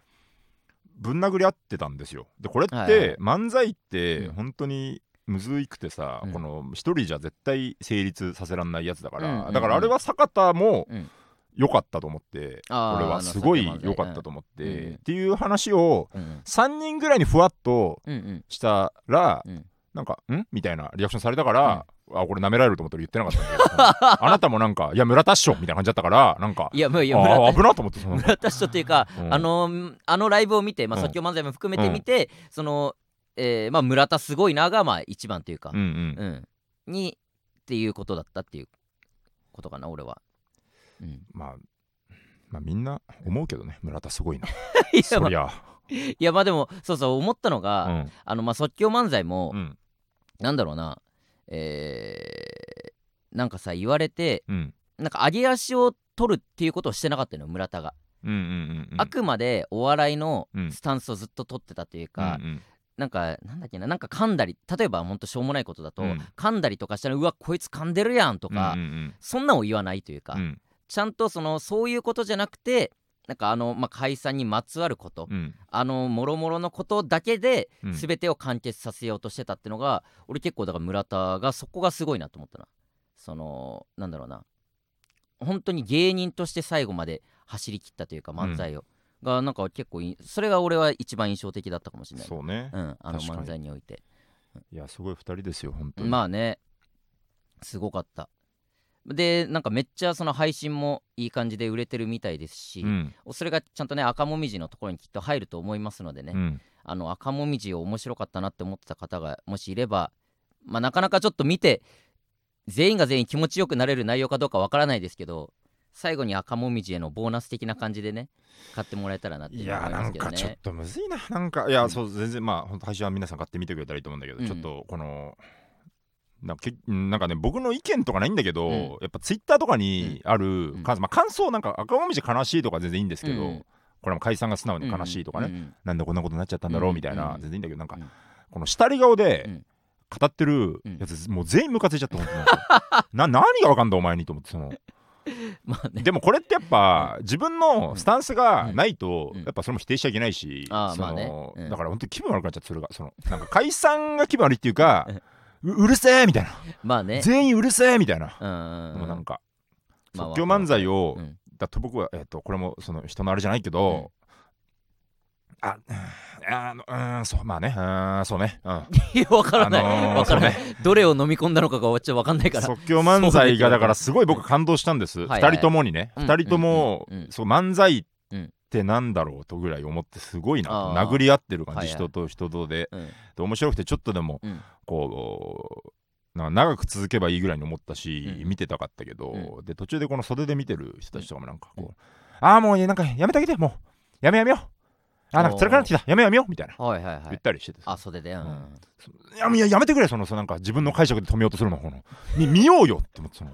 Speaker 2: ぶん殴り合ってたんですよ。でこれっ
Speaker 1: はいはいは
Speaker 2: て
Speaker 1: い
Speaker 2: 漫才って
Speaker 1: うん
Speaker 2: 本当にむずいくてさ、
Speaker 1: うん
Speaker 2: この一人じゃ絶対成立させらんないやつだから、
Speaker 1: うんうんうん
Speaker 2: だからあれは坂田も
Speaker 1: うん
Speaker 2: 良かったと思って。
Speaker 1: あー
Speaker 2: これ
Speaker 1: あ
Speaker 2: は
Speaker 1: の
Speaker 2: すご
Speaker 1: さ
Speaker 2: い
Speaker 1: きの漫才
Speaker 2: 良かったと思っ
Speaker 1: うんうん
Speaker 2: てっていう話を
Speaker 1: うんうん
Speaker 2: 3人ぐらいにふわっと
Speaker 1: うんうん
Speaker 2: したら
Speaker 1: うん
Speaker 2: なんか「ん?」みたいなリアクションされたから「あこれ舐められると思ったら言ってなかったんだけどあなたもなんか「いや村田っしょ」みたいな感じだったからなんか
Speaker 1: いやもういや村
Speaker 2: あ
Speaker 1: 田
Speaker 2: あ危なと思ってその
Speaker 1: 村田師匠というか、
Speaker 2: うん
Speaker 1: あのんあのライブを見て、まあ、
Speaker 2: うん
Speaker 1: 即興漫才も含めて見て、その、えーまあ、村田すごいながまあ一番というか、
Speaker 2: うんうん
Speaker 1: うんにっていうことだったっていうことかな俺は。うん、
Speaker 2: まあまあみんな思うけどね村田す ごいな
Speaker 1: いや,、
Speaker 2: そ
Speaker 1: まあ、
Speaker 2: りゃ
Speaker 1: いやまあでもそうそう思ったのが、
Speaker 2: うん
Speaker 1: あのまあ即興漫才も、
Speaker 2: うん
Speaker 1: なんだろうなえーなんかさ言われて
Speaker 2: うん
Speaker 1: なんか上げ足を取るっていうことをしてなかったのよ村田が、
Speaker 2: うんうんうん
Speaker 1: あくまでお笑いの
Speaker 2: うん
Speaker 1: スタンスをずっと取ってたという
Speaker 2: うん
Speaker 1: か、
Speaker 2: うん
Speaker 1: なんかなんだっけななんか噛んだり例えばほんとしょうもないことだと、
Speaker 2: うん
Speaker 1: 噛んだりとかしたらうわこいつ噛んでるやんとか、
Speaker 2: うんうん
Speaker 1: そんなんを言わないというか、
Speaker 2: うんうん
Speaker 1: ちゃんとそのそういうことじゃなくてなんかあの、まあ、解散にまつわること、
Speaker 2: うん
Speaker 1: あのもろもろのことだけで
Speaker 2: うん
Speaker 1: 全てを完結させようとしてたってのが、俺結構だから村田がそこがすごいなと思ったなそのなんだろうな本当に芸人として最後まで走り切ったというか漫才を、がなんか結構いいそれが俺は一番印象的だったかもしれない
Speaker 2: そうね
Speaker 1: うん、あの
Speaker 2: 確かに
Speaker 1: 漫才において。
Speaker 2: いやすごい2人ですよ本当に、
Speaker 1: まあねすごかったでなんかめっちゃその配信もいい感じで売れてるみたいですし、
Speaker 2: うん
Speaker 1: それがちゃんとね赤もみじのところにきっと入ると思いますのでね、
Speaker 2: うん
Speaker 1: あの赤もみじを面白かったなって思ってた方がもしいれば、まあ、なかなかちょっと見て全員が全員気持ちよくなれる内容かどうかわからないですけど最後に赤もみじへのボーナス的な感じでね買ってもらえたらなってい
Speaker 2: いう
Speaker 1: のは
Speaker 2: や
Speaker 1: 思いま
Speaker 2: な
Speaker 1: す
Speaker 2: ん
Speaker 1: けど
Speaker 2: かちょっ
Speaker 1: ね。
Speaker 2: とむずいななんかいやそう全然まあ本当配信は皆さん買ってみてくれたらいいと思うんだけど、
Speaker 1: うん
Speaker 2: ちょっとこのなんかけなんかね僕の意見とかないんだけど、
Speaker 1: うん
Speaker 2: やっぱツイッターとかにある、
Speaker 1: うん
Speaker 2: 感まあ、感想なんか赤もみじ悲しいとか全然いいんですけど、
Speaker 1: うん
Speaker 2: これも解散が素直に悲しいとかね、
Speaker 1: うんうん
Speaker 2: なんでこんなことになっちゃったんだろうみたいな、
Speaker 1: うん
Speaker 2: 全然いいんだけどなんか、
Speaker 1: うん
Speaker 2: この下り顔
Speaker 1: う
Speaker 2: で
Speaker 1: ん
Speaker 2: 語ってるやつ、もう全員ムカついちゃった本当になんか な何がわかんだお前にと思ってその
Speaker 1: まあね
Speaker 2: でもこれってやっぱ自分のスタンスがないと
Speaker 1: うん
Speaker 2: やっぱそれも否定しちゃいけないし、
Speaker 1: ああ
Speaker 2: その
Speaker 1: まあねうん
Speaker 2: だから本当に気分悪くなっちゃってそれがそのなんか解散が気分悪いっていうか
Speaker 1: うん
Speaker 2: ううるせえみたいな
Speaker 1: まあね
Speaker 2: 全員うるせえみたいな、
Speaker 1: うんうんうん
Speaker 2: もうなんか
Speaker 1: まあ
Speaker 2: 即興漫才を、
Speaker 1: うん
Speaker 2: だと僕は、えっとこれもその人のあれじゃないけど、ああのうんそうまあねうんそうねうん
Speaker 1: いや わからない、
Speaker 2: あのー
Speaker 1: わからない、
Speaker 2: そ
Speaker 1: どれを飲み込んだのかがちょっとわかんないから
Speaker 2: 即興漫才がだからすごい僕感動したんです
Speaker 1: は
Speaker 2: 二、
Speaker 1: いはいはい
Speaker 2: 人ともにね
Speaker 1: うん
Speaker 2: 二、人とも、
Speaker 1: うんうん
Speaker 2: そう漫才ってなんだろうとぐらい思ってすごいなと
Speaker 1: あー
Speaker 2: 殴り合ってる感じ、
Speaker 1: はいはい
Speaker 2: 人と人とで
Speaker 1: うん
Speaker 2: で面白くてちょっとでも
Speaker 1: うん
Speaker 2: こうなんか長く続けばいいぐらいに思ったし、
Speaker 1: うん
Speaker 2: 見てたかったけど、で途中でこの袖で見てる人たちとかもなんかこう、
Speaker 1: うん
Speaker 2: ああもうなんかやめてあげてもうやめやめようあーなんか辛くなってきたやめやめようみたいな
Speaker 1: はいはいは
Speaker 2: 言っ
Speaker 1: い
Speaker 2: たりしてて
Speaker 1: あ袖でうん、
Speaker 2: うんいやいややめてくれそのそのなんか自分の解釈で止めようとするのこのみ見ようよって思ってその、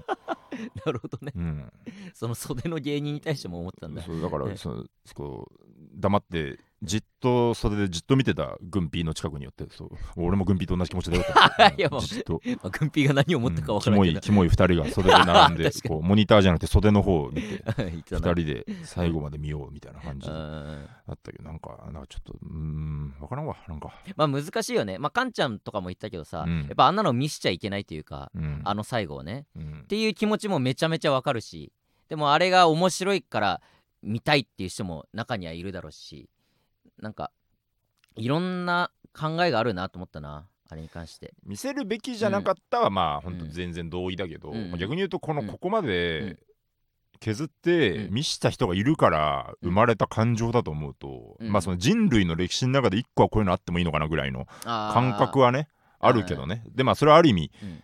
Speaker 1: なるほどね
Speaker 2: うん、
Speaker 1: その袖の芸人に対しても思ってたんだ
Speaker 2: そうだか
Speaker 1: ね
Speaker 2: らそうこう黙ってじっとそれでじっと見てた軍ピーの近くに寄ってそう俺も軍ピーと同じ気持ちだよって
Speaker 1: いやもう
Speaker 2: じっと、
Speaker 1: まあ、軍ピーが何を思ったかわから
Speaker 2: うん
Speaker 1: な
Speaker 2: キ
Speaker 1: い
Speaker 2: モい
Speaker 1: け
Speaker 2: キモい2人が袖で並んで
Speaker 1: 確かに
Speaker 2: こうモニターじゃなくて袖の方を 見て
Speaker 1: ど、言ってた
Speaker 2: 2
Speaker 1: な
Speaker 2: 人で最後まで見ようみたいな感じ
Speaker 1: う
Speaker 2: だ
Speaker 1: ん
Speaker 2: ったけどなんかなんかちょっとうーん分からんわなんか、
Speaker 1: まあ難しいよねまあカンちゃんとかも言ったけどさ、
Speaker 2: うん
Speaker 1: やっぱあんなの見しちゃいけないというか
Speaker 2: うん
Speaker 1: あの最後をね
Speaker 2: うん
Speaker 1: っ、ていう気持ちもめちゃめちゃわかるしでもあれが面白いから見たいっていう人も中にはいるだろうしなんかいろんな考えがあるなと思ったなあれに関して
Speaker 2: 見せるべきじゃなかったはまあ
Speaker 1: うん
Speaker 2: 本当全然同意だけど、
Speaker 1: うん
Speaker 2: まあ逆に言うとこの
Speaker 1: うん
Speaker 2: ここま
Speaker 1: うん
Speaker 2: で削って
Speaker 1: うん
Speaker 2: 見した人がいるから
Speaker 1: うん
Speaker 2: 生まれた感情だと思うと、
Speaker 1: うん
Speaker 2: まあその人類の歴史の中で一個はこういうのあってもいいのかなぐらいの感
Speaker 1: 感
Speaker 2: 覚はねあるけどねでまあそれはある意味
Speaker 1: うん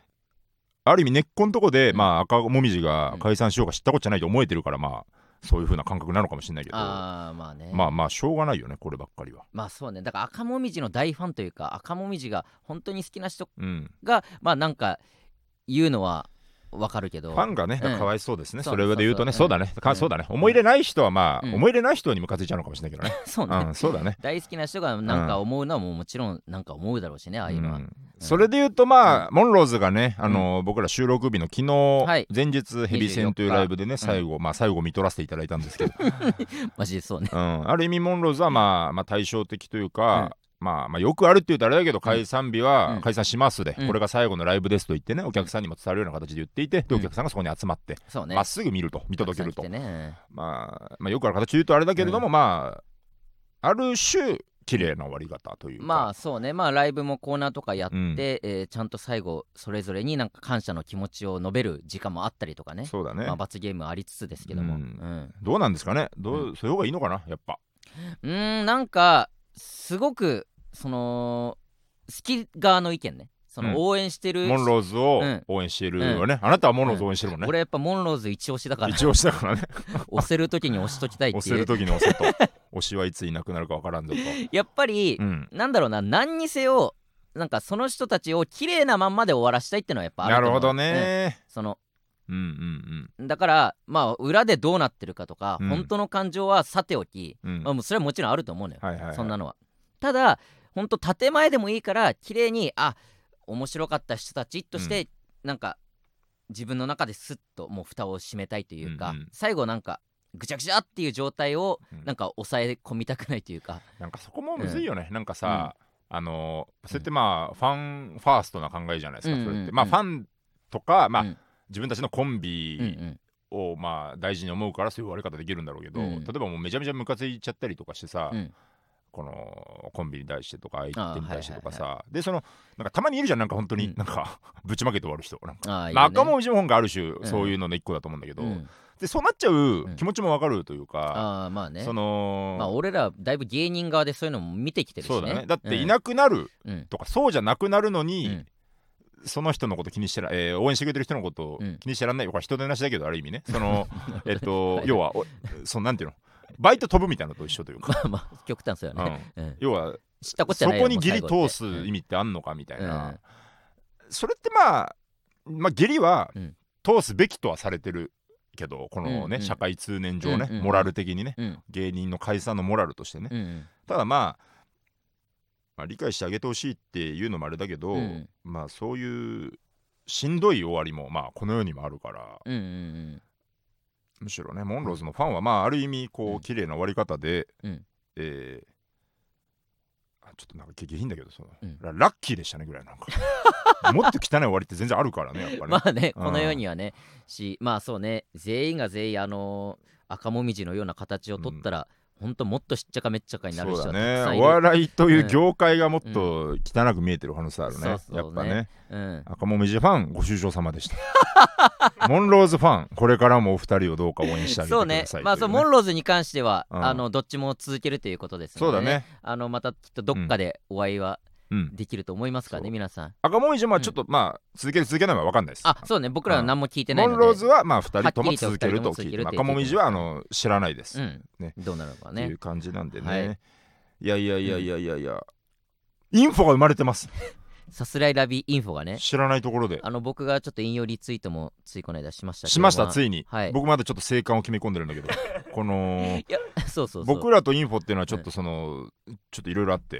Speaker 2: ある意味根っこのとこで、
Speaker 1: うん
Speaker 2: まあ赤もみじ
Speaker 1: う
Speaker 2: が
Speaker 1: ん
Speaker 2: 解散しようか知ったことじゃないと思えてるからまあそういう風な感覚なのかもしれないけど
Speaker 1: ああまあね
Speaker 2: まあまあしょうがないよねこればっかりは。
Speaker 1: まあそうねだから赤もみじの大ファンというか赤もみじが本当に好きな人
Speaker 2: うん、
Speaker 1: がまあなんか言うのはわかるけど
Speaker 2: ファンがね、
Speaker 1: うん
Speaker 2: かわいそうですね。
Speaker 1: そう
Speaker 2: それで言うとね、
Speaker 1: そ
Speaker 2: そうう
Speaker 1: そう
Speaker 2: だね、
Speaker 1: うん
Speaker 2: かそうだね。思い入れない人はまあ、
Speaker 1: うん
Speaker 2: 思い入れない人にムカついちゃうのかもしれないけどね。
Speaker 1: そうね、
Speaker 2: うん、そうだね。
Speaker 1: 大好きな人がなんか思うのはもうもちろんなんか思うだろうしねああいうのは、
Speaker 2: うんそれで言うとまあ、モンローズがね、あの僕ら収録日の昨日、
Speaker 1: はい
Speaker 2: 前日ヘビ戦というライブでね最後、まあ最後見とらせていただいたんですけど、
Speaker 1: マジでそうね
Speaker 2: うん、ある意味モンローズはまあ、まあ、対照的というか、まあ、まあよくあるって言うとあれだけど解散日は
Speaker 1: うん
Speaker 2: 解散しますで、
Speaker 1: うん
Speaker 2: これが最後のライブですと言ってねお客さんにも伝わるような形で言っていて、でお客さんがそこに集まって
Speaker 1: そうね
Speaker 2: まっすぐ見ると見届けると
Speaker 1: たくさん来て、ね
Speaker 2: まあ、まあよくある形で言うとあれだけれども、まあある種綺麗な終わり方というか、
Speaker 1: まあそうねまあライブもコーナーとかやって、
Speaker 2: うん
Speaker 1: えーちゃんと最後それぞれになんか感謝の気持ちを述べる時間もあったりとかね
Speaker 2: そうだね、
Speaker 1: まあ、罰ゲームありつつですけどもう
Speaker 2: うん
Speaker 1: ん
Speaker 2: どうなんですかねどう、そういう方がいいのかなやっぱ
Speaker 1: うーんなんかすごくその好き側の意見ねそ
Speaker 2: うん
Speaker 1: の応援してる、
Speaker 2: モンローズを
Speaker 1: うん
Speaker 2: 応援してるよね、あなたはモンローズを応援してるもんね、
Speaker 1: 俺やっぱモンローズ一押しだから
Speaker 2: 一応したからね
Speaker 1: 押せる時に押しときたいっていう
Speaker 2: 押せる時に 押せと押しはいついなくなるかわからんぞと、
Speaker 1: やっぱり
Speaker 2: う、ん、
Speaker 1: なんだろうな何にせよなんかその人たちを綺麗なまんまで終わらしたいってのはやっぱある
Speaker 2: な
Speaker 1: と
Speaker 2: る
Speaker 1: 思う
Speaker 2: ほど
Speaker 1: うん
Speaker 2: ね、
Speaker 1: その
Speaker 2: うん、うん
Speaker 1: だからまあ裏でどうなってるかとか、
Speaker 2: うん
Speaker 1: 本当の感情はさておき、
Speaker 2: うんうん
Speaker 1: まあ、もうそれはもちろんあると思うのよ、
Speaker 2: はいはいはい
Speaker 1: そんなのはただ本当建前でもいいから綺麗にあ面白かった人たちとして、なんか自分の中ですっともう蓋を閉めたいというか、
Speaker 2: うんうん
Speaker 1: 最後なんかぐちゃぐちゃっていう状態を
Speaker 2: うん
Speaker 1: なんか抑え込みたくないというか、
Speaker 2: なんかそこもむずいよね、なんかさ、あのーそれってまあファンファーストな考えじゃないですか、
Speaker 1: うんうん
Speaker 2: それっ
Speaker 1: う
Speaker 2: て
Speaker 1: ん
Speaker 2: まあファンとかまあ、
Speaker 1: うん
Speaker 2: 自分たちのコン
Speaker 1: うんう
Speaker 2: ビ
Speaker 1: ん
Speaker 2: をまあ大事に思うからそういう終わり方できるんだろうけど、
Speaker 1: うん
Speaker 2: 例えばもうめちゃめちゃムカついちゃったりとかしてさ、
Speaker 1: うん
Speaker 2: このコンビニ対してとか相
Speaker 1: あー
Speaker 2: 手に対してとかさ、
Speaker 1: は
Speaker 2: でそのなんかたまにいるじゃんなんか本当に、
Speaker 1: うん
Speaker 2: なんかぶちまけて終わる人なんか、
Speaker 1: ああいい
Speaker 2: まあ
Speaker 1: よね
Speaker 2: 赤もみじも本がある種、そういうのの一個だと思うんだけど、
Speaker 1: うん
Speaker 2: でそうなっちゃ
Speaker 1: ん
Speaker 2: う気持ちもわかるというか、
Speaker 1: ああまあね
Speaker 2: その、
Speaker 1: まあ俺らだいぶ芸人側でそういうのも見てきてるしね
Speaker 2: そうだねだっていなくなる
Speaker 1: うん
Speaker 2: とか、そうじゃなくなるの
Speaker 1: う
Speaker 2: に、
Speaker 1: ん
Speaker 2: その人のこと気にしてら、えー応援してくれてる人のことを
Speaker 1: うん
Speaker 2: 気にしてらんない、これは人手なしだけどある意味ね そのえっと
Speaker 1: はい
Speaker 2: 要はおそのなんていうのバイト飛ぶみたいなのと一緒というか、
Speaker 1: まあまあ極端そうよね、
Speaker 2: うん
Speaker 1: うん、
Speaker 2: 要は
Speaker 1: 知ったこっちゃ
Speaker 2: そ
Speaker 1: ない
Speaker 2: こ
Speaker 1: よ
Speaker 2: に義理
Speaker 1: もう最後
Speaker 2: 通
Speaker 1: って
Speaker 2: す
Speaker 1: うん
Speaker 2: 意味ってあんのかみたいな、
Speaker 1: うん
Speaker 2: それってまあまあ義理は
Speaker 1: うん
Speaker 2: 通すべきとはされてるけどこのね、
Speaker 1: うんうん
Speaker 2: 社会通念上ね、
Speaker 1: うんうん
Speaker 2: モラル的にね
Speaker 1: うん
Speaker 2: 芸人の解散のモラルとしてね、
Speaker 1: うんうん
Speaker 2: ただまあまあ、理解してあげてほしいっていうのもあれだけど、
Speaker 1: うん
Speaker 2: まあそういうしんどい終わりもまあこの世にもあるから
Speaker 1: うんうん
Speaker 2: むしろねモンローズのファンはまあある意味
Speaker 1: う
Speaker 2: こうん綺麗な終わり方で、
Speaker 1: うん
Speaker 2: えーあちょっとなんか下品だけどその、
Speaker 1: うん
Speaker 2: ララッキーでしたねぐらいなんか もっと汚い終わりって全然あるからねや
Speaker 1: う
Speaker 2: っぱね、
Speaker 1: ん まあね
Speaker 2: うん
Speaker 1: この世にはねしまあそうね全員が全員あの赤もみじのような形を取ったら、ほんともっとしっちゃかめっちゃかになる
Speaker 2: そ
Speaker 1: 人
Speaker 2: うだ
Speaker 1: はたく
Speaker 2: ね
Speaker 1: さんい
Speaker 2: お
Speaker 1: る
Speaker 2: 笑いという業界がもっと汚く見えてる可能性あるね、
Speaker 1: そうそうね
Speaker 2: やっぱね
Speaker 1: うん、
Speaker 2: 赤もみじファンご愁傷様でした モンローズファンこれからもお二人をどうか応援してあげて
Speaker 1: そう
Speaker 2: くだ
Speaker 1: ね
Speaker 2: さい
Speaker 1: まあ
Speaker 2: とい
Speaker 1: そうう
Speaker 2: ね
Speaker 1: モンローズに関しては、
Speaker 2: うん
Speaker 1: あのどっちも続けるということですので、
Speaker 2: そうだね
Speaker 1: あのまたきっとどっかでお会いは
Speaker 2: うん
Speaker 1: できると思いますからね、
Speaker 2: そう
Speaker 1: 皆さん
Speaker 2: 赤もみじもちょっと、まあ続ける続けないは分かんないです
Speaker 1: あそうね僕らは何も聞いてないの
Speaker 2: モン
Speaker 1: で
Speaker 2: ローズはまあ
Speaker 1: は
Speaker 2: 2
Speaker 1: っきり
Speaker 2: 人と
Speaker 1: と
Speaker 2: も続けると聞いて
Speaker 1: 二人とも続けるとい
Speaker 2: る
Speaker 1: う
Speaker 2: 赤もみじはあの知らないです、
Speaker 1: うん
Speaker 2: ね
Speaker 1: どうなるのか
Speaker 2: ってい
Speaker 1: ね
Speaker 2: う感じなんでね、
Speaker 1: はい
Speaker 2: い、やいやいやいやいやいや、インフォが生まれてます
Speaker 1: さすらいラビインフォがね
Speaker 2: 知らないところで
Speaker 1: あの僕がちょっと引用リツイートもついこの間しましたけど
Speaker 2: しました
Speaker 1: あ
Speaker 2: ついに、
Speaker 1: はい
Speaker 2: 僕まだちょっと生還を決め込んでるんだ けどこの
Speaker 1: いや そうそうそう
Speaker 2: 僕らとインフォっていうのはちょっとその、ちょっといろいろあって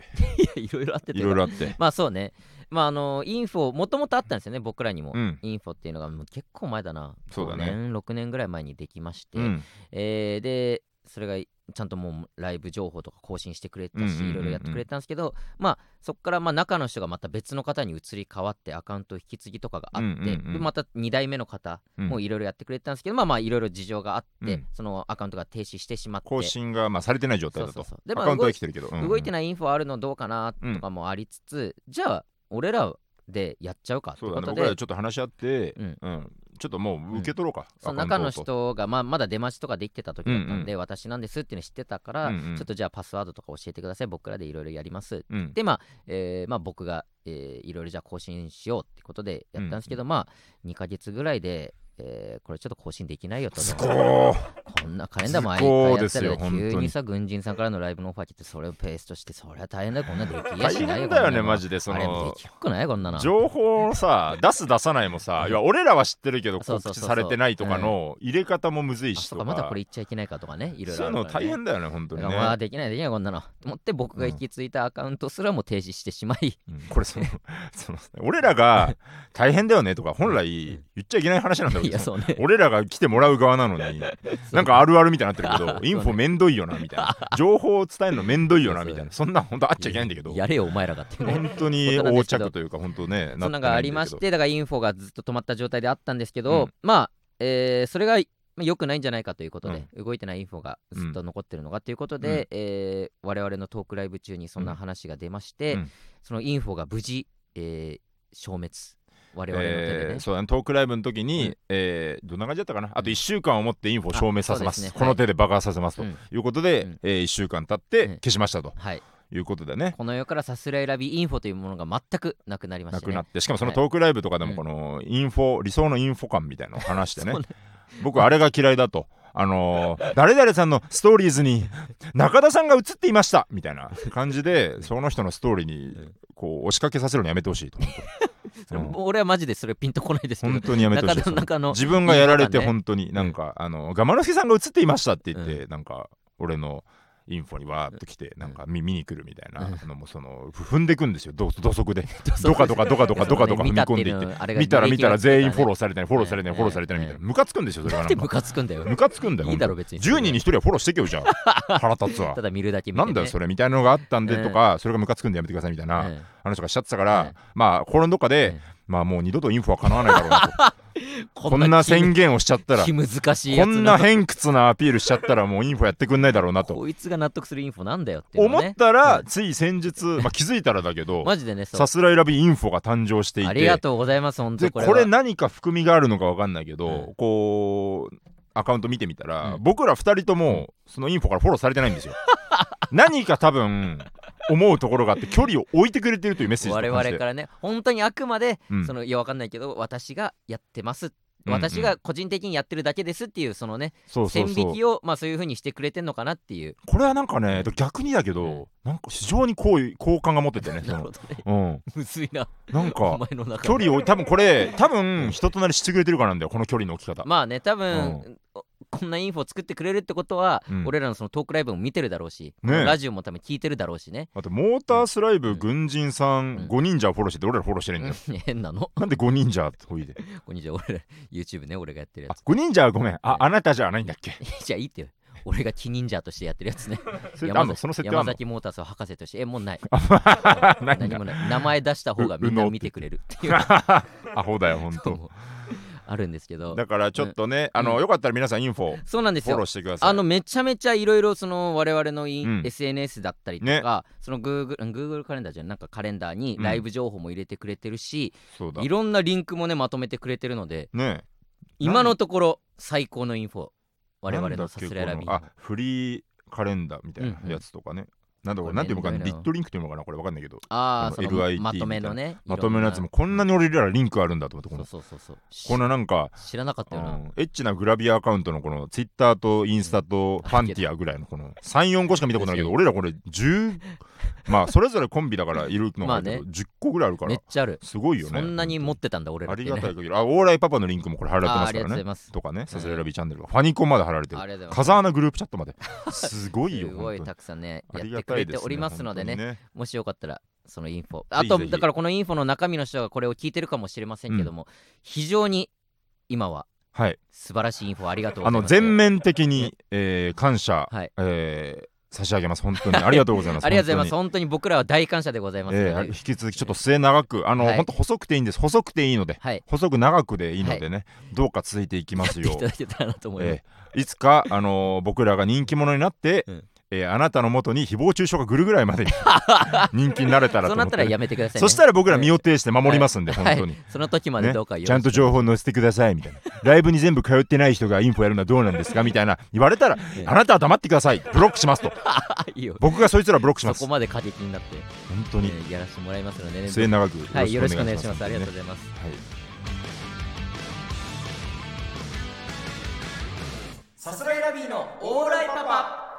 Speaker 1: いやいろいろあってと
Speaker 2: いう
Speaker 1: か
Speaker 2: ろいろあって
Speaker 1: まあそうねまああのインフォもともとあったんですよね僕らにも、
Speaker 2: うん
Speaker 1: インフォっていうのがもう結構前だな
Speaker 2: そうだ
Speaker 1: 5
Speaker 2: ね
Speaker 1: 年6年ぐらい前にできまして、
Speaker 2: うん
Speaker 1: えーでそれがいちゃんともうライブ情報とか更新してくれたし、
Speaker 2: うんうんうんうん
Speaker 1: いろいろやってくれたんですけどまあそこからまあ中の人がまた別の方に移り変わってアカウント引き継ぎとかがあって、
Speaker 2: うんうんうん
Speaker 1: でまた2代目の方
Speaker 2: うん
Speaker 1: もいろいろやってくれたんですけど、まあまあいろいろ事情があって、
Speaker 2: うん
Speaker 1: そのアカウントが停止してしまって
Speaker 2: 更新がまあされてない状態だと
Speaker 1: そうそうそうでまあ
Speaker 2: アカウントは生きてるけど、
Speaker 1: 動いて
Speaker 2: な
Speaker 1: な
Speaker 2: い
Speaker 1: いインフォあるのどうかなとかもありつつ、じゃあ俺らでやっちゃうかって
Speaker 2: そう
Speaker 1: こ
Speaker 2: だね
Speaker 1: と
Speaker 2: 僕ら
Speaker 1: で
Speaker 2: でちょっと話し合って、
Speaker 1: うん
Speaker 2: うんちょっともう受け取ろうか、
Speaker 1: その
Speaker 2: ア
Speaker 1: 中
Speaker 2: カウン
Speaker 1: の
Speaker 2: トを
Speaker 1: 人
Speaker 2: と
Speaker 1: が、まあ、まだ出待ちとかできてた時だったんで、私なんですっていうの知ってたから、
Speaker 2: うんうん
Speaker 1: ちょっとじゃあパスワードとか教えてください僕らでいろいろやります
Speaker 2: うん
Speaker 1: でまあ、えーまあ、僕がいろいろじゃあ更新しようってことでやったんですけど、まあ2ヶ月ぐらいで、えーこれちょっと更新できないよと
Speaker 2: すごー
Speaker 1: こんなカレンダー毎
Speaker 2: すご
Speaker 1: 回
Speaker 2: い
Speaker 1: や
Speaker 2: で
Speaker 1: った
Speaker 2: すよ
Speaker 1: ら急
Speaker 2: 本当
Speaker 1: に
Speaker 2: に
Speaker 1: さ軍人さんからのライブのオファー来てそれをペーストしてそりゃ大変だよこんなできや
Speaker 2: 大
Speaker 1: しないよ
Speaker 2: 変だ
Speaker 1: こ
Speaker 2: よね
Speaker 1: んなの
Speaker 2: マジでそ
Speaker 1: あれも
Speaker 2: の
Speaker 1: できっこないよこんなの
Speaker 2: 情報をさ出す出さないもさいや俺らは知ってるけど
Speaker 1: そう
Speaker 2: 告
Speaker 1: そうそう
Speaker 2: 知
Speaker 1: そう
Speaker 2: されてないとかの入れ方もむずい
Speaker 1: あ
Speaker 2: し
Speaker 1: そ
Speaker 2: と
Speaker 1: うか
Speaker 2: か
Speaker 1: まだこれ言っちゃいけないかとかねいろいろ
Speaker 2: そう
Speaker 1: あ
Speaker 2: い
Speaker 1: る
Speaker 2: う
Speaker 1: からね
Speaker 2: の大変だよね本当
Speaker 1: だ
Speaker 2: に
Speaker 1: か
Speaker 2: ね
Speaker 1: らまあできないできないこんなのと思って僕が引き継いだアカウントすらも停止してしまい、
Speaker 2: うんこれその その俺らが大変だよねとか本来言っちゃいけない話なんだ
Speaker 1: い
Speaker 2: け
Speaker 1: や
Speaker 2: ど
Speaker 1: そうね
Speaker 2: 俺らが来てもらう側なのになんかあるあるみたいになってる け
Speaker 1: そう
Speaker 2: ど
Speaker 1: ね
Speaker 2: インフォめんどいよなみた いな情報を伝えるのめんどいよなみたいなそんな本当あっちゃいけないんだけど
Speaker 1: やれよお前らがっていうね
Speaker 2: 本当に
Speaker 1: ことなんで
Speaker 2: 横
Speaker 1: すけど
Speaker 2: 着というか本当ね
Speaker 1: そんなのがありまし
Speaker 2: なって
Speaker 1: だからインフォがずっと止まった状態であったんですけど、
Speaker 2: うん
Speaker 1: まあ、えーそれがまあ良くないんじゃないかということで、動いてないインフォがずっと残ってるのがということで、えー我々のトークライブ中にそんな話が出まして、
Speaker 2: うん
Speaker 1: そのインフォが無事、えー消滅我々の手でね、
Speaker 2: えーそうだねトークライブの時に、
Speaker 1: うん
Speaker 2: えーどんな感じだったかなあと1週間をもってインフォを証明させま
Speaker 1: あ
Speaker 2: す
Speaker 1: そうですね
Speaker 2: この手で爆破させますと、
Speaker 1: うん
Speaker 2: いうことで、
Speaker 1: うん
Speaker 2: え1週間経っ
Speaker 1: う
Speaker 2: て
Speaker 1: ん
Speaker 2: 消しましたと
Speaker 1: はい、
Speaker 2: いうことでね、
Speaker 1: この世からさすらい選びインフォというものが全くなくなりまし
Speaker 2: な
Speaker 1: た
Speaker 2: く
Speaker 1: ね
Speaker 2: なってしかもその
Speaker 1: はい
Speaker 2: トークライブとかで
Speaker 1: う
Speaker 2: も
Speaker 1: ん
Speaker 2: このインフォ、理想のインフォ感みたいなのを話して ね
Speaker 1: そう
Speaker 2: 僕あれが嫌いだと。あ のー誰々さんのストーリーズに中田さんが映っていましたみたいな感 じでその人のストーリーにこう押しかけさせるのやめてほしいと
Speaker 1: それ俺はマジでそれピンとこないですけど
Speaker 2: 本当にやめてほしい
Speaker 1: 中
Speaker 2: そ
Speaker 1: の
Speaker 2: の
Speaker 1: 中の
Speaker 2: 自分がやられて
Speaker 1: インフォがね
Speaker 2: 本当になんか、あのガマノスケさんが映っていましたって言って、なんか俺のインフォにわーっと来てなんか見見に来るみたいなのもその踏んでくんですよ土 土足でドカドカドカドカドカド
Speaker 1: そう
Speaker 2: カ踏み
Speaker 1: ね
Speaker 2: 込んでい
Speaker 1: 見たっていう
Speaker 2: っ
Speaker 1: のあれ
Speaker 2: て
Speaker 1: が
Speaker 2: 見たら見たら全員フォローされてないフォローされてな
Speaker 1: うん
Speaker 2: いフォローされてないみたいな
Speaker 1: う
Speaker 2: ムカつくんですよそれが
Speaker 1: な
Speaker 2: なんん
Speaker 1: で
Speaker 2: か
Speaker 1: ムカつくんだよ
Speaker 2: ムカつくんだよ
Speaker 1: いいだろ
Speaker 2: 本
Speaker 1: 別に
Speaker 2: 当10人に1人はフォローしてけよじゃ あ腹立つわ
Speaker 1: ただ見るだけ見て、
Speaker 2: な
Speaker 1: ね、
Speaker 2: んだよそれみたいなのがあったんでとかそれがムカつくんでやめてくださいみたいな
Speaker 1: うん
Speaker 2: 話とかしちゃってたか
Speaker 1: うん
Speaker 2: らまあ心のどっか
Speaker 1: うん
Speaker 2: でまあもう二度とインフォは叶わないだろ うなとこんな宣
Speaker 1: 言
Speaker 2: 言をしちゃったら
Speaker 1: 気難しいや
Speaker 2: こ
Speaker 1: つ
Speaker 2: んな偏屈なアピールしちゃったらもうインフォやってくんないだろうなと
Speaker 1: こいつが納得するインフォなんだよっていうの
Speaker 2: 思
Speaker 1: は
Speaker 2: っ
Speaker 1: ね
Speaker 2: た
Speaker 1: う
Speaker 2: ら
Speaker 1: ん
Speaker 2: つい先日、まあ、気づいたらだけど
Speaker 1: マジでねそう
Speaker 2: さすらいラビインフォが誕生していて
Speaker 1: ありがとうございます本当
Speaker 2: で
Speaker 1: こ
Speaker 2: こ
Speaker 1: れ
Speaker 2: れ
Speaker 1: は
Speaker 2: 何か含みがあるのか分かんないけど、
Speaker 1: うん
Speaker 2: こうアカウント見てみたら、
Speaker 1: うん
Speaker 2: 僕ら2人ともそのインフォからフォローされてないんですよ 何か多分思うところがあって距離を置いてくれてるというメッセージ
Speaker 1: 我
Speaker 2: と感じ
Speaker 1: 々
Speaker 2: て
Speaker 1: からね本当にあくまで、
Speaker 2: うん
Speaker 1: そのいやわかんないけど私がやってます
Speaker 2: うんうん
Speaker 1: 私が個人的にやってるだけですっていうそのね
Speaker 2: そうそう
Speaker 1: 線
Speaker 2: そ
Speaker 1: 引
Speaker 2: う
Speaker 1: きをまあそういう風にしてくれてんのかなっていう
Speaker 2: これはなんかね逆にだけど、
Speaker 1: うん
Speaker 2: なんか非常に好意好感が持っててねそ
Speaker 1: なるほ
Speaker 2: の
Speaker 1: どね
Speaker 2: う ん
Speaker 1: むずいな
Speaker 2: なん
Speaker 1: お
Speaker 2: か
Speaker 1: 前の中
Speaker 2: 距
Speaker 1: で
Speaker 2: 離を多分これ多分人となりしてくれてるからなんだよこの距離の置き方、
Speaker 1: まあね多分、
Speaker 2: う
Speaker 1: おこんなインフォ作ってくれるってことは、
Speaker 2: うん
Speaker 1: 俺らのそのトークライブも見てるだろうし、
Speaker 2: ねえ
Speaker 1: ラジオも多分聞いてるだろうしね
Speaker 2: あとモータースライブ軍人さ
Speaker 1: うん
Speaker 2: ん5忍者をフォローしてて俺らフォローしてないんだよ、
Speaker 1: うん変なの
Speaker 2: なんで5忍者っておいで
Speaker 1: こんにちは俺ら YouTube ね俺がやってるや
Speaker 2: あ5忍者はごめんああなたじゃないんだっけ
Speaker 1: つ じゃあいいってよ俺がキ忍者としてやってるやつね
Speaker 2: それ
Speaker 1: 山
Speaker 2: あんの
Speaker 1: 崎
Speaker 2: その設定あ
Speaker 1: 山
Speaker 2: んの
Speaker 1: 崎モータースを博士としてえもう ない
Speaker 2: ないん
Speaker 1: 何
Speaker 2: だ
Speaker 1: もない名前出した方がみんな見てくれるっていう
Speaker 2: アホだよ本
Speaker 1: の
Speaker 2: 当
Speaker 1: も あるんですけど
Speaker 2: だからちょっとね、あ
Speaker 1: う
Speaker 2: のよかったら皆さんインフォ
Speaker 1: そうなんです
Speaker 2: フォ
Speaker 1: よ
Speaker 2: ローしてください
Speaker 1: あのめちゃめちゃいろいろその我々のイン、
Speaker 2: うん
Speaker 1: SNS だったりと
Speaker 2: ね
Speaker 1: か、その Google, Google カレンダーじゃないなんかカレンダーに
Speaker 2: うん
Speaker 1: ライブ情報も入れてくれてるし、
Speaker 2: そうだ
Speaker 1: いろんなリンクもねまとめてくれてるので
Speaker 2: ね
Speaker 1: 今のところ最高のインフォ我々
Speaker 2: なんだ
Speaker 1: の
Speaker 2: っ
Speaker 1: さ
Speaker 2: け
Speaker 1: すらいラビ
Speaker 2: このあフリーカレンダーみたいなやつとかね、なんだこ
Speaker 1: これ
Speaker 2: れなんていうのかな
Speaker 1: めんど
Speaker 2: ビ
Speaker 1: いな
Speaker 2: ットリンクっていうのかなこれわかんないけど
Speaker 1: ああ
Speaker 2: あ
Speaker 1: そ
Speaker 2: の
Speaker 1: の
Speaker 2: LIT
Speaker 1: まとめのね
Speaker 2: まとめのやつも
Speaker 1: い
Speaker 2: こんなに俺らリンクあるんだと思ってこ
Speaker 1: ろんな
Speaker 2: の
Speaker 1: そうそうそうそう
Speaker 2: このなんか
Speaker 1: 知らなかったよな、
Speaker 2: うんエッチなグラビアアカウントのこのツイッターとインスタとパンティアぐらいのこの34個しか見たことないけど俺らこれ10まあそれぞれコンビだからいるのがあるけ ど
Speaker 1: まあ
Speaker 2: 10個ぐらいあるか
Speaker 1: めっ
Speaker 2: ら
Speaker 1: ちゃある、
Speaker 2: すごいよね
Speaker 1: そんなに持ってたんだ俺ら
Speaker 2: あ
Speaker 1: って、
Speaker 2: り
Speaker 1: ね、
Speaker 2: がたい限りあオーライパパのリンクもこれ貼られて
Speaker 1: あー
Speaker 2: ま
Speaker 1: あ
Speaker 2: す
Speaker 1: り
Speaker 2: か
Speaker 1: がとうござ
Speaker 2: らね
Speaker 1: います
Speaker 2: とかねさすらいラビチャンネルがファニコンまで貼られて
Speaker 1: あり
Speaker 2: る
Speaker 1: がとうございます
Speaker 2: 風穴グループチャットまですごい
Speaker 1: す
Speaker 2: よ
Speaker 1: ごい
Speaker 2: 本
Speaker 1: たくさんね
Speaker 2: 当
Speaker 1: やって
Speaker 2: にありが
Speaker 1: く
Speaker 2: た
Speaker 1: れ
Speaker 2: いで
Speaker 1: て
Speaker 2: すね
Speaker 1: おりますのでね
Speaker 2: 本当にね
Speaker 1: もしよかったらそのインフォ
Speaker 2: ぜ
Speaker 1: あ
Speaker 2: ひ
Speaker 1: と
Speaker 2: ぜひ
Speaker 1: だからこのインフォの中身の人がこれを聞いてるかもしれませんけども、非常に今は
Speaker 2: はい
Speaker 1: 素晴らしいインフォありがとうご
Speaker 2: あ
Speaker 1: ざい
Speaker 2: の
Speaker 1: ます
Speaker 2: 全面的にえー感謝
Speaker 1: はい
Speaker 2: えー差し上げます本当にありがとうございま す
Speaker 1: ありがとうございます
Speaker 2: 本
Speaker 1: 本当に僕らは大感謝でございますので、
Speaker 2: えー引き続きちょっと末長くあの
Speaker 1: はい
Speaker 2: 本当細くていいんです細くていいので
Speaker 1: はい
Speaker 2: 細く長くでいいのでね、どうか続いていきます
Speaker 1: や ってい
Speaker 2: よ
Speaker 1: た。だけたらなと思います、
Speaker 2: ええいつか、あのー僕らが人気者になって、
Speaker 1: うん
Speaker 2: ええあなたのもとに誹謗中傷がぐるぐら いまでに人気になれたら
Speaker 1: そう
Speaker 2: と
Speaker 1: なっ
Speaker 2: 思ったて
Speaker 1: ら
Speaker 2: ね、
Speaker 1: やめてください、ね、
Speaker 2: そしたら僕ら身を挺して守りますんで、
Speaker 1: は
Speaker 2: 本
Speaker 1: い
Speaker 2: 当に、
Speaker 1: その時まで
Speaker 2: ね
Speaker 1: どうかよろし
Speaker 2: ちゃんと情報載せてくださいみたいなライブに全部通ってない人がインフォやるのはどうなんですかみたいな言われたら、
Speaker 1: ええ
Speaker 2: あなたは黙ってくださいブロックしますと
Speaker 1: くいいよ
Speaker 2: 僕がそいつらブロックし
Speaker 1: そ
Speaker 2: ます
Speaker 1: こ
Speaker 2: 本
Speaker 1: まで過激になって、
Speaker 2: 当に、
Speaker 1: えーやらせてもらいますのでね
Speaker 2: 末永く
Speaker 1: はいよろ
Speaker 2: よろ
Speaker 1: しく
Speaker 2: しく
Speaker 1: お願
Speaker 2: お願
Speaker 1: い
Speaker 2: い
Speaker 1: し
Speaker 2: し
Speaker 1: ま
Speaker 2: ますす
Speaker 1: ありがとう
Speaker 2: 本
Speaker 1: ございます
Speaker 2: 当にねはい
Speaker 3: さすらいラビーのオーライパパ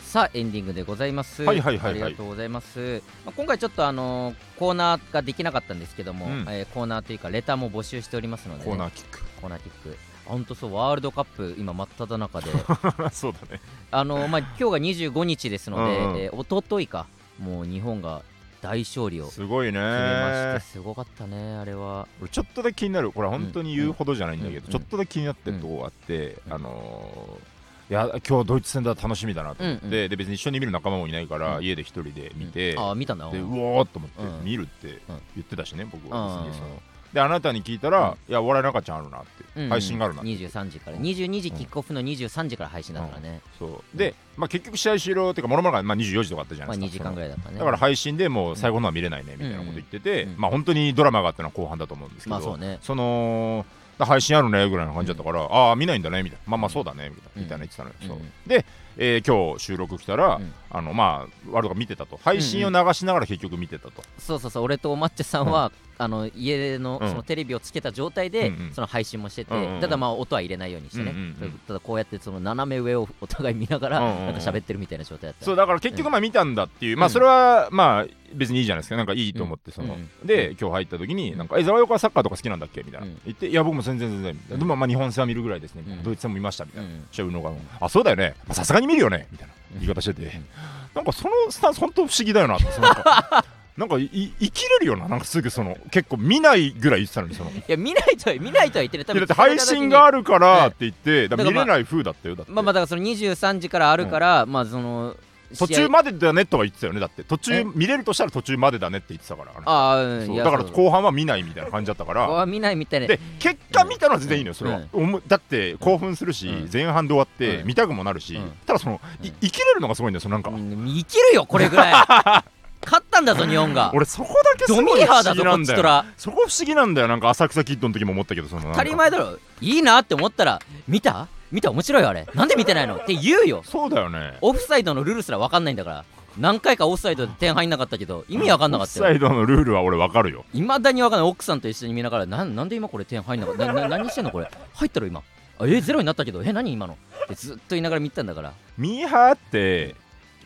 Speaker 1: さあエンディングでございます。
Speaker 2: はいはいはいはい
Speaker 1: ありがとうございます。まあ、今回ちょっとあのーコーナーができなかったんですけども、
Speaker 2: うん
Speaker 1: えーコーナーというかレターも募集しておりますのでね、
Speaker 2: コーナーキッ ク
Speaker 1: コーナーキック。あ本当そうワールドカップ今真っ只中で、
Speaker 2: そうだね
Speaker 1: あのーまあ今日が25日ですので、
Speaker 2: うんうん
Speaker 1: えー一昨日かもう日本が大勝利を決
Speaker 2: すごいね
Speaker 1: めましてすごかったねあれは。
Speaker 2: 俺ちょっとだけ気になるこれは本当に言うほどじゃないんだけど、
Speaker 1: うん
Speaker 2: ちょっとだけ気になってるとこがあって、
Speaker 1: うん
Speaker 2: あのーいや今日ドイツ戦だ楽しみだなと思って、
Speaker 1: うんうん
Speaker 2: で別に一緒に見る仲間もいないから、
Speaker 1: うん
Speaker 2: 家で一人で見て、
Speaker 1: あー見たな。
Speaker 2: でうおーっと思って、
Speaker 1: うん
Speaker 2: 見るって言ってたしね僕は別にその、
Speaker 1: うん
Speaker 2: であなたに聞いたら、いやお笑い中ちゃんあるなって、配信があるなって、
Speaker 1: 23時から22時キックオフの23時から配信だからね。
Speaker 2: そうで、まあ、結局試合終了っていうかもろもろが、まあ、24時とかあったじゃ
Speaker 1: ま
Speaker 2: な
Speaker 1: あ
Speaker 2: い
Speaker 1: 2
Speaker 2: です
Speaker 1: 時
Speaker 2: か、
Speaker 1: 間ぐらいだったね。
Speaker 2: だから配信でもう最後のは見れないねみたいなこと言ってて、
Speaker 1: うんうん
Speaker 2: まあ本当にドラマがあったのは後半だと思うんですけど、
Speaker 1: まあそうね
Speaker 2: そのだ配信あるねぐらいの感じだったから、ああ見ないんだねみたいなまあまあそうだねみたいな,、
Speaker 1: うん
Speaker 2: みたいな言ってたのよ、
Speaker 1: うん
Speaker 2: そうで、えー今日収録来たら、
Speaker 1: うん
Speaker 2: あのまあワールドカップ見てたと配信を流しながら結局見てたと、
Speaker 1: そうそうそう俺とお抹茶さんは、あの家の
Speaker 2: うん
Speaker 1: そのテレビをつけた状態で、
Speaker 2: うんうん
Speaker 1: その配信もしてて、
Speaker 2: うんうんうん
Speaker 1: ただまあ音は入れないようにしてね、
Speaker 2: うんうんうん
Speaker 1: ただこうやってその斜め上を お互い見ながら、
Speaker 2: うんうんうん
Speaker 1: なんか喋ってるみたいな状態だった
Speaker 2: そうだから結局まあ見たんだっていう、
Speaker 1: う
Speaker 2: まあ
Speaker 1: ん
Speaker 2: それはまあ別にいいじゃないですかなんかいいと思ってその、
Speaker 1: うん
Speaker 2: で今日入った時になんか「えざわよはサッカーとか好きなんだっけ?」みたいな、
Speaker 1: うん
Speaker 2: 言って「いや僕も全然全然」みたいな
Speaker 1: うん
Speaker 2: でもまあ日本戦は見るぐらいですね」みたいな
Speaker 1: うん
Speaker 2: ドイツ戦も見ました」みたいな、
Speaker 1: うん
Speaker 2: じゃあ宇野が「あそうだよねまあさすがに見るよね」みたいな
Speaker 1: うん
Speaker 2: 言い方してて、
Speaker 1: ん
Speaker 2: なんかそのスタンス本当不思議だよなってそのなんか なんかいい生きれるよななんかすぐその結構見ないぐらい言ってたのにその
Speaker 1: いや見ないとは見ないとは言ってない多
Speaker 2: いや
Speaker 1: 分
Speaker 2: だって配信があるからって言って、だから
Speaker 1: だ
Speaker 2: 見
Speaker 1: からまあ
Speaker 2: れない風だったよだって、
Speaker 1: まあまあだからその23時からあるから、まあその
Speaker 2: 途
Speaker 1: 試
Speaker 2: 中
Speaker 1: 合
Speaker 2: までだねとは言ってたよねだって途
Speaker 1: え
Speaker 2: 中見れるとしたら途中までだねって言ってたからあ
Speaker 1: ああう
Speaker 2: の
Speaker 1: ん
Speaker 2: そう
Speaker 1: いや
Speaker 2: だから
Speaker 1: そう
Speaker 2: 後半は見ないみたいな感じだったか
Speaker 1: ここ
Speaker 2: ら
Speaker 1: は見ないみたいな
Speaker 2: で結果見たのは全然いいのよそれは、おもだって興奮するし、
Speaker 1: うん
Speaker 2: 前半で終わって
Speaker 1: うん
Speaker 2: 見たくもなるし、
Speaker 1: うん
Speaker 2: ただその、い
Speaker 1: うん
Speaker 2: 生きれるのがすごいんだよそのなんか、
Speaker 1: うんいけるよこれぐ らい勝ったんだぞ日本が
Speaker 2: 俺そこだけす
Speaker 1: ド
Speaker 2: ご
Speaker 1: ミ
Speaker 2: い
Speaker 1: ー
Speaker 2: 不
Speaker 1: ハー
Speaker 2: 思
Speaker 1: だ
Speaker 2: 議
Speaker 1: ぞ
Speaker 2: な
Speaker 1: こ
Speaker 2: ん
Speaker 1: っ
Speaker 2: だ
Speaker 1: ち
Speaker 2: よ
Speaker 1: とら
Speaker 2: そこ不思議なんだよなんか浅草キッドの時も思ったけどそのなんか
Speaker 1: 当たり前だろいいなって思ったら見た見た面白いよあれなんで見てないのって言うよ
Speaker 2: そうだよね
Speaker 1: オフサイドのルールすら分かんないんだから何回かオフサイドで点入んなかったけど意味分かんなかった
Speaker 2: オフサ
Speaker 1: よ
Speaker 2: イドのルールは俺わかるよ
Speaker 1: いまだに分かんない奥さんと一緒に見ながらなんなんで今これ点入んなかったなな何してんのこれ入ったろ今あえゼロになったけどえ何今のってずっと言いながら見てたんだから
Speaker 2: ミーハーって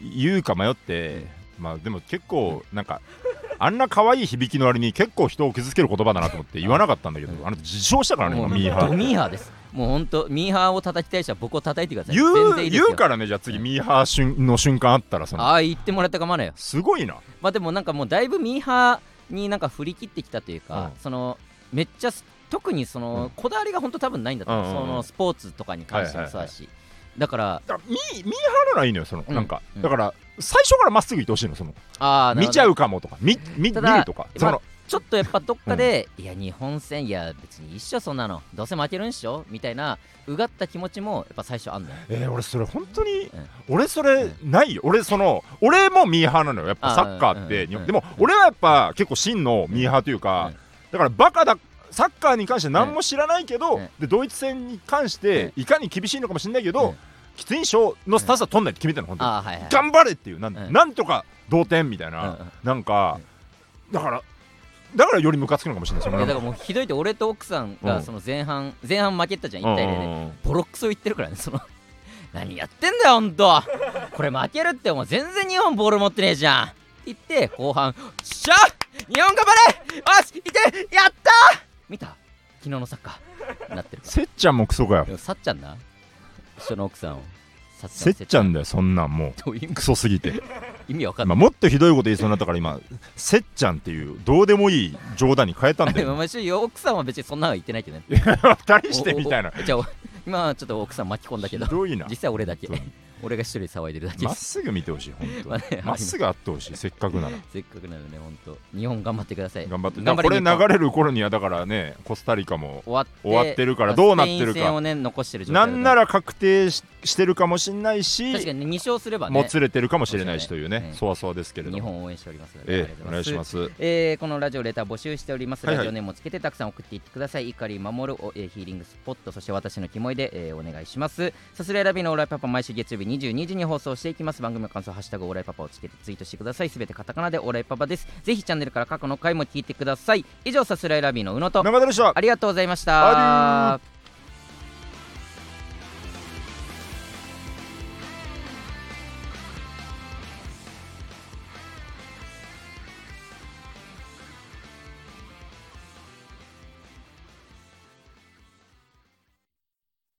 Speaker 2: 言うか迷って、まあでも結構なんかあんな可愛い響きの割に結構人を傷つける言葉だなと思って言わなかったんだけど、あの自称したからね
Speaker 1: も
Speaker 2: 今
Speaker 1: う
Speaker 2: ミーハ
Speaker 1: ド
Speaker 2: ー
Speaker 1: ミーハーですもうほんとミーハーを叩きたい人は僕を叩いてください
Speaker 2: 言
Speaker 1: 全
Speaker 2: う
Speaker 1: 然いいです
Speaker 2: 言
Speaker 1: よ
Speaker 2: うからねじゃあ次ミーハーしゅんの瞬間あったらその
Speaker 1: ああ言ってもらったかまないよ
Speaker 2: すごいな
Speaker 1: まあでもなんかもうだいぶミーハーになんか振り切ってきたというか、
Speaker 2: うん
Speaker 1: そのめっちゃす特にその、
Speaker 2: うん
Speaker 1: こだわりが本当多分ないんだと思う、
Speaker 2: うんうんうん
Speaker 1: そのスポーツとかに関してもそうだし、だから
Speaker 2: だからミーミーハーならいいのよその、
Speaker 1: うん
Speaker 2: なんか
Speaker 1: うん
Speaker 2: だから最初からまっすぐ行ってほしいのその
Speaker 1: あーなる
Speaker 2: 見
Speaker 1: ほど
Speaker 2: ちゃうかもとか見見見
Speaker 1: ただ
Speaker 2: るとかそ
Speaker 1: まあ
Speaker 2: の
Speaker 1: ちょっとやっぱどっかで、いや日本戦いや別に一緒そんなのどうせ負けるんしょみたいなうがった気持ちもやっぱ最初あんのよ
Speaker 2: えー、俺それ本当に、
Speaker 1: うん
Speaker 2: 俺それないよ俺その俺もミーハーなのよやっぱ
Speaker 1: あー
Speaker 2: サッカーって、
Speaker 1: うん
Speaker 2: 日本
Speaker 1: うん
Speaker 2: でも俺はやっぱ結構真のミーハーという
Speaker 1: う
Speaker 2: か、
Speaker 1: ん
Speaker 2: だからバカだサッカーに関して何も知らないけど、
Speaker 1: うん
Speaker 2: でドイツ戦に関していかに厳しいのかもしれないけど、
Speaker 1: うん
Speaker 2: きつい賞のスタッフは取んないって決めたの本当に、
Speaker 1: ああはいはい
Speaker 2: 頑張れっていうなん,、
Speaker 1: うん
Speaker 2: なんとか同点みたいな、
Speaker 1: うんうん
Speaker 2: なんか、だからだからよりムカつくのかもしれないそ
Speaker 1: い
Speaker 2: の
Speaker 1: やだからもうひどいって俺と奥さん
Speaker 2: う
Speaker 1: が
Speaker 2: ん
Speaker 1: その前半前半負けたじゃん
Speaker 2: うん
Speaker 1: 1対0でボロクソ言ってるからねその 何やってんだよほんとこれ負けるってお前全然日本ボール持ってねえじゃんって言って後半よっしゃ日本頑張れよしいけやった見た昨日のサッカーなってるか
Speaker 2: せっちゃんもクソかよ
Speaker 1: らさっちゃんな一緒の奥さんをさっ
Speaker 2: せっちゃ
Speaker 1: ん
Speaker 2: んだよそんなんも
Speaker 1: どういう意
Speaker 2: う
Speaker 1: 味
Speaker 2: クソすぎて
Speaker 1: 意味わかんな
Speaker 2: まあ、
Speaker 1: い
Speaker 2: もっとひどいこと言いそうになったから今「せっちゃん」っていうどうでもいい冗談に変えたんだ
Speaker 1: でも
Speaker 2: よ
Speaker 1: まあ一緒奥さんは別にそんなのは言ってないけどね
Speaker 2: 二人してみたいな
Speaker 1: おおおじゃあお今はちょっと奥さん巻き込んだけ
Speaker 2: ひ
Speaker 1: ど
Speaker 2: どいな
Speaker 1: 実際俺だけ
Speaker 2: そう
Speaker 1: 俺が一人騒いでるだけで
Speaker 2: まっ
Speaker 1: す、
Speaker 2: すぐ見てほしい本
Speaker 1: まあね
Speaker 2: 当まっすぐあってほしいせっかくなら
Speaker 1: せっかくなのでね本当日本頑張ってください
Speaker 2: 頑張って
Speaker 1: 頑張
Speaker 2: こ
Speaker 1: れ
Speaker 2: れ
Speaker 1: 日本
Speaker 2: 流れる頃にはだからねコスタリカも
Speaker 1: 終わって
Speaker 2: 終わってるからどうなってるか
Speaker 1: スペイン戦をね残してる状態
Speaker 2: な
Speaker 1: だと
Speaker 2: んなら確定ししてるかもしれないし
Speaker 1: 確かに2勝すればね
Speaker 2: もつれてるかもしれないしという
Speaker 1: ね
Speaker 2: ねそわそわですけれど
Speaker 1: 日
Speaker 2: も
Speaker 1: 本を応援しておりますので、
Speaker 2: ええお願いしますす
Speaker 1: えーこのラジオレター募集しております、
Speaker 2: はいは
Speaker 1: ラ
Speaker 2: い
Speaker 1: ジオネームをつけてたくさん送っていってください怒り守るお、えーヒーリングスポットそして私のキモいで、えーお願いしますさすらいラビのオーライパパ毎週月曜日22時に放送していきます番組の感想ハッシュタグオーライパパをつけてツイートしてくださいすべてカタカナでオーライパパですぜひチャンネルから過去の回も聞いてください以上さすらいラビの宇野と
Speaker 2: 中田でした
Speaker 1: ありがとうございました。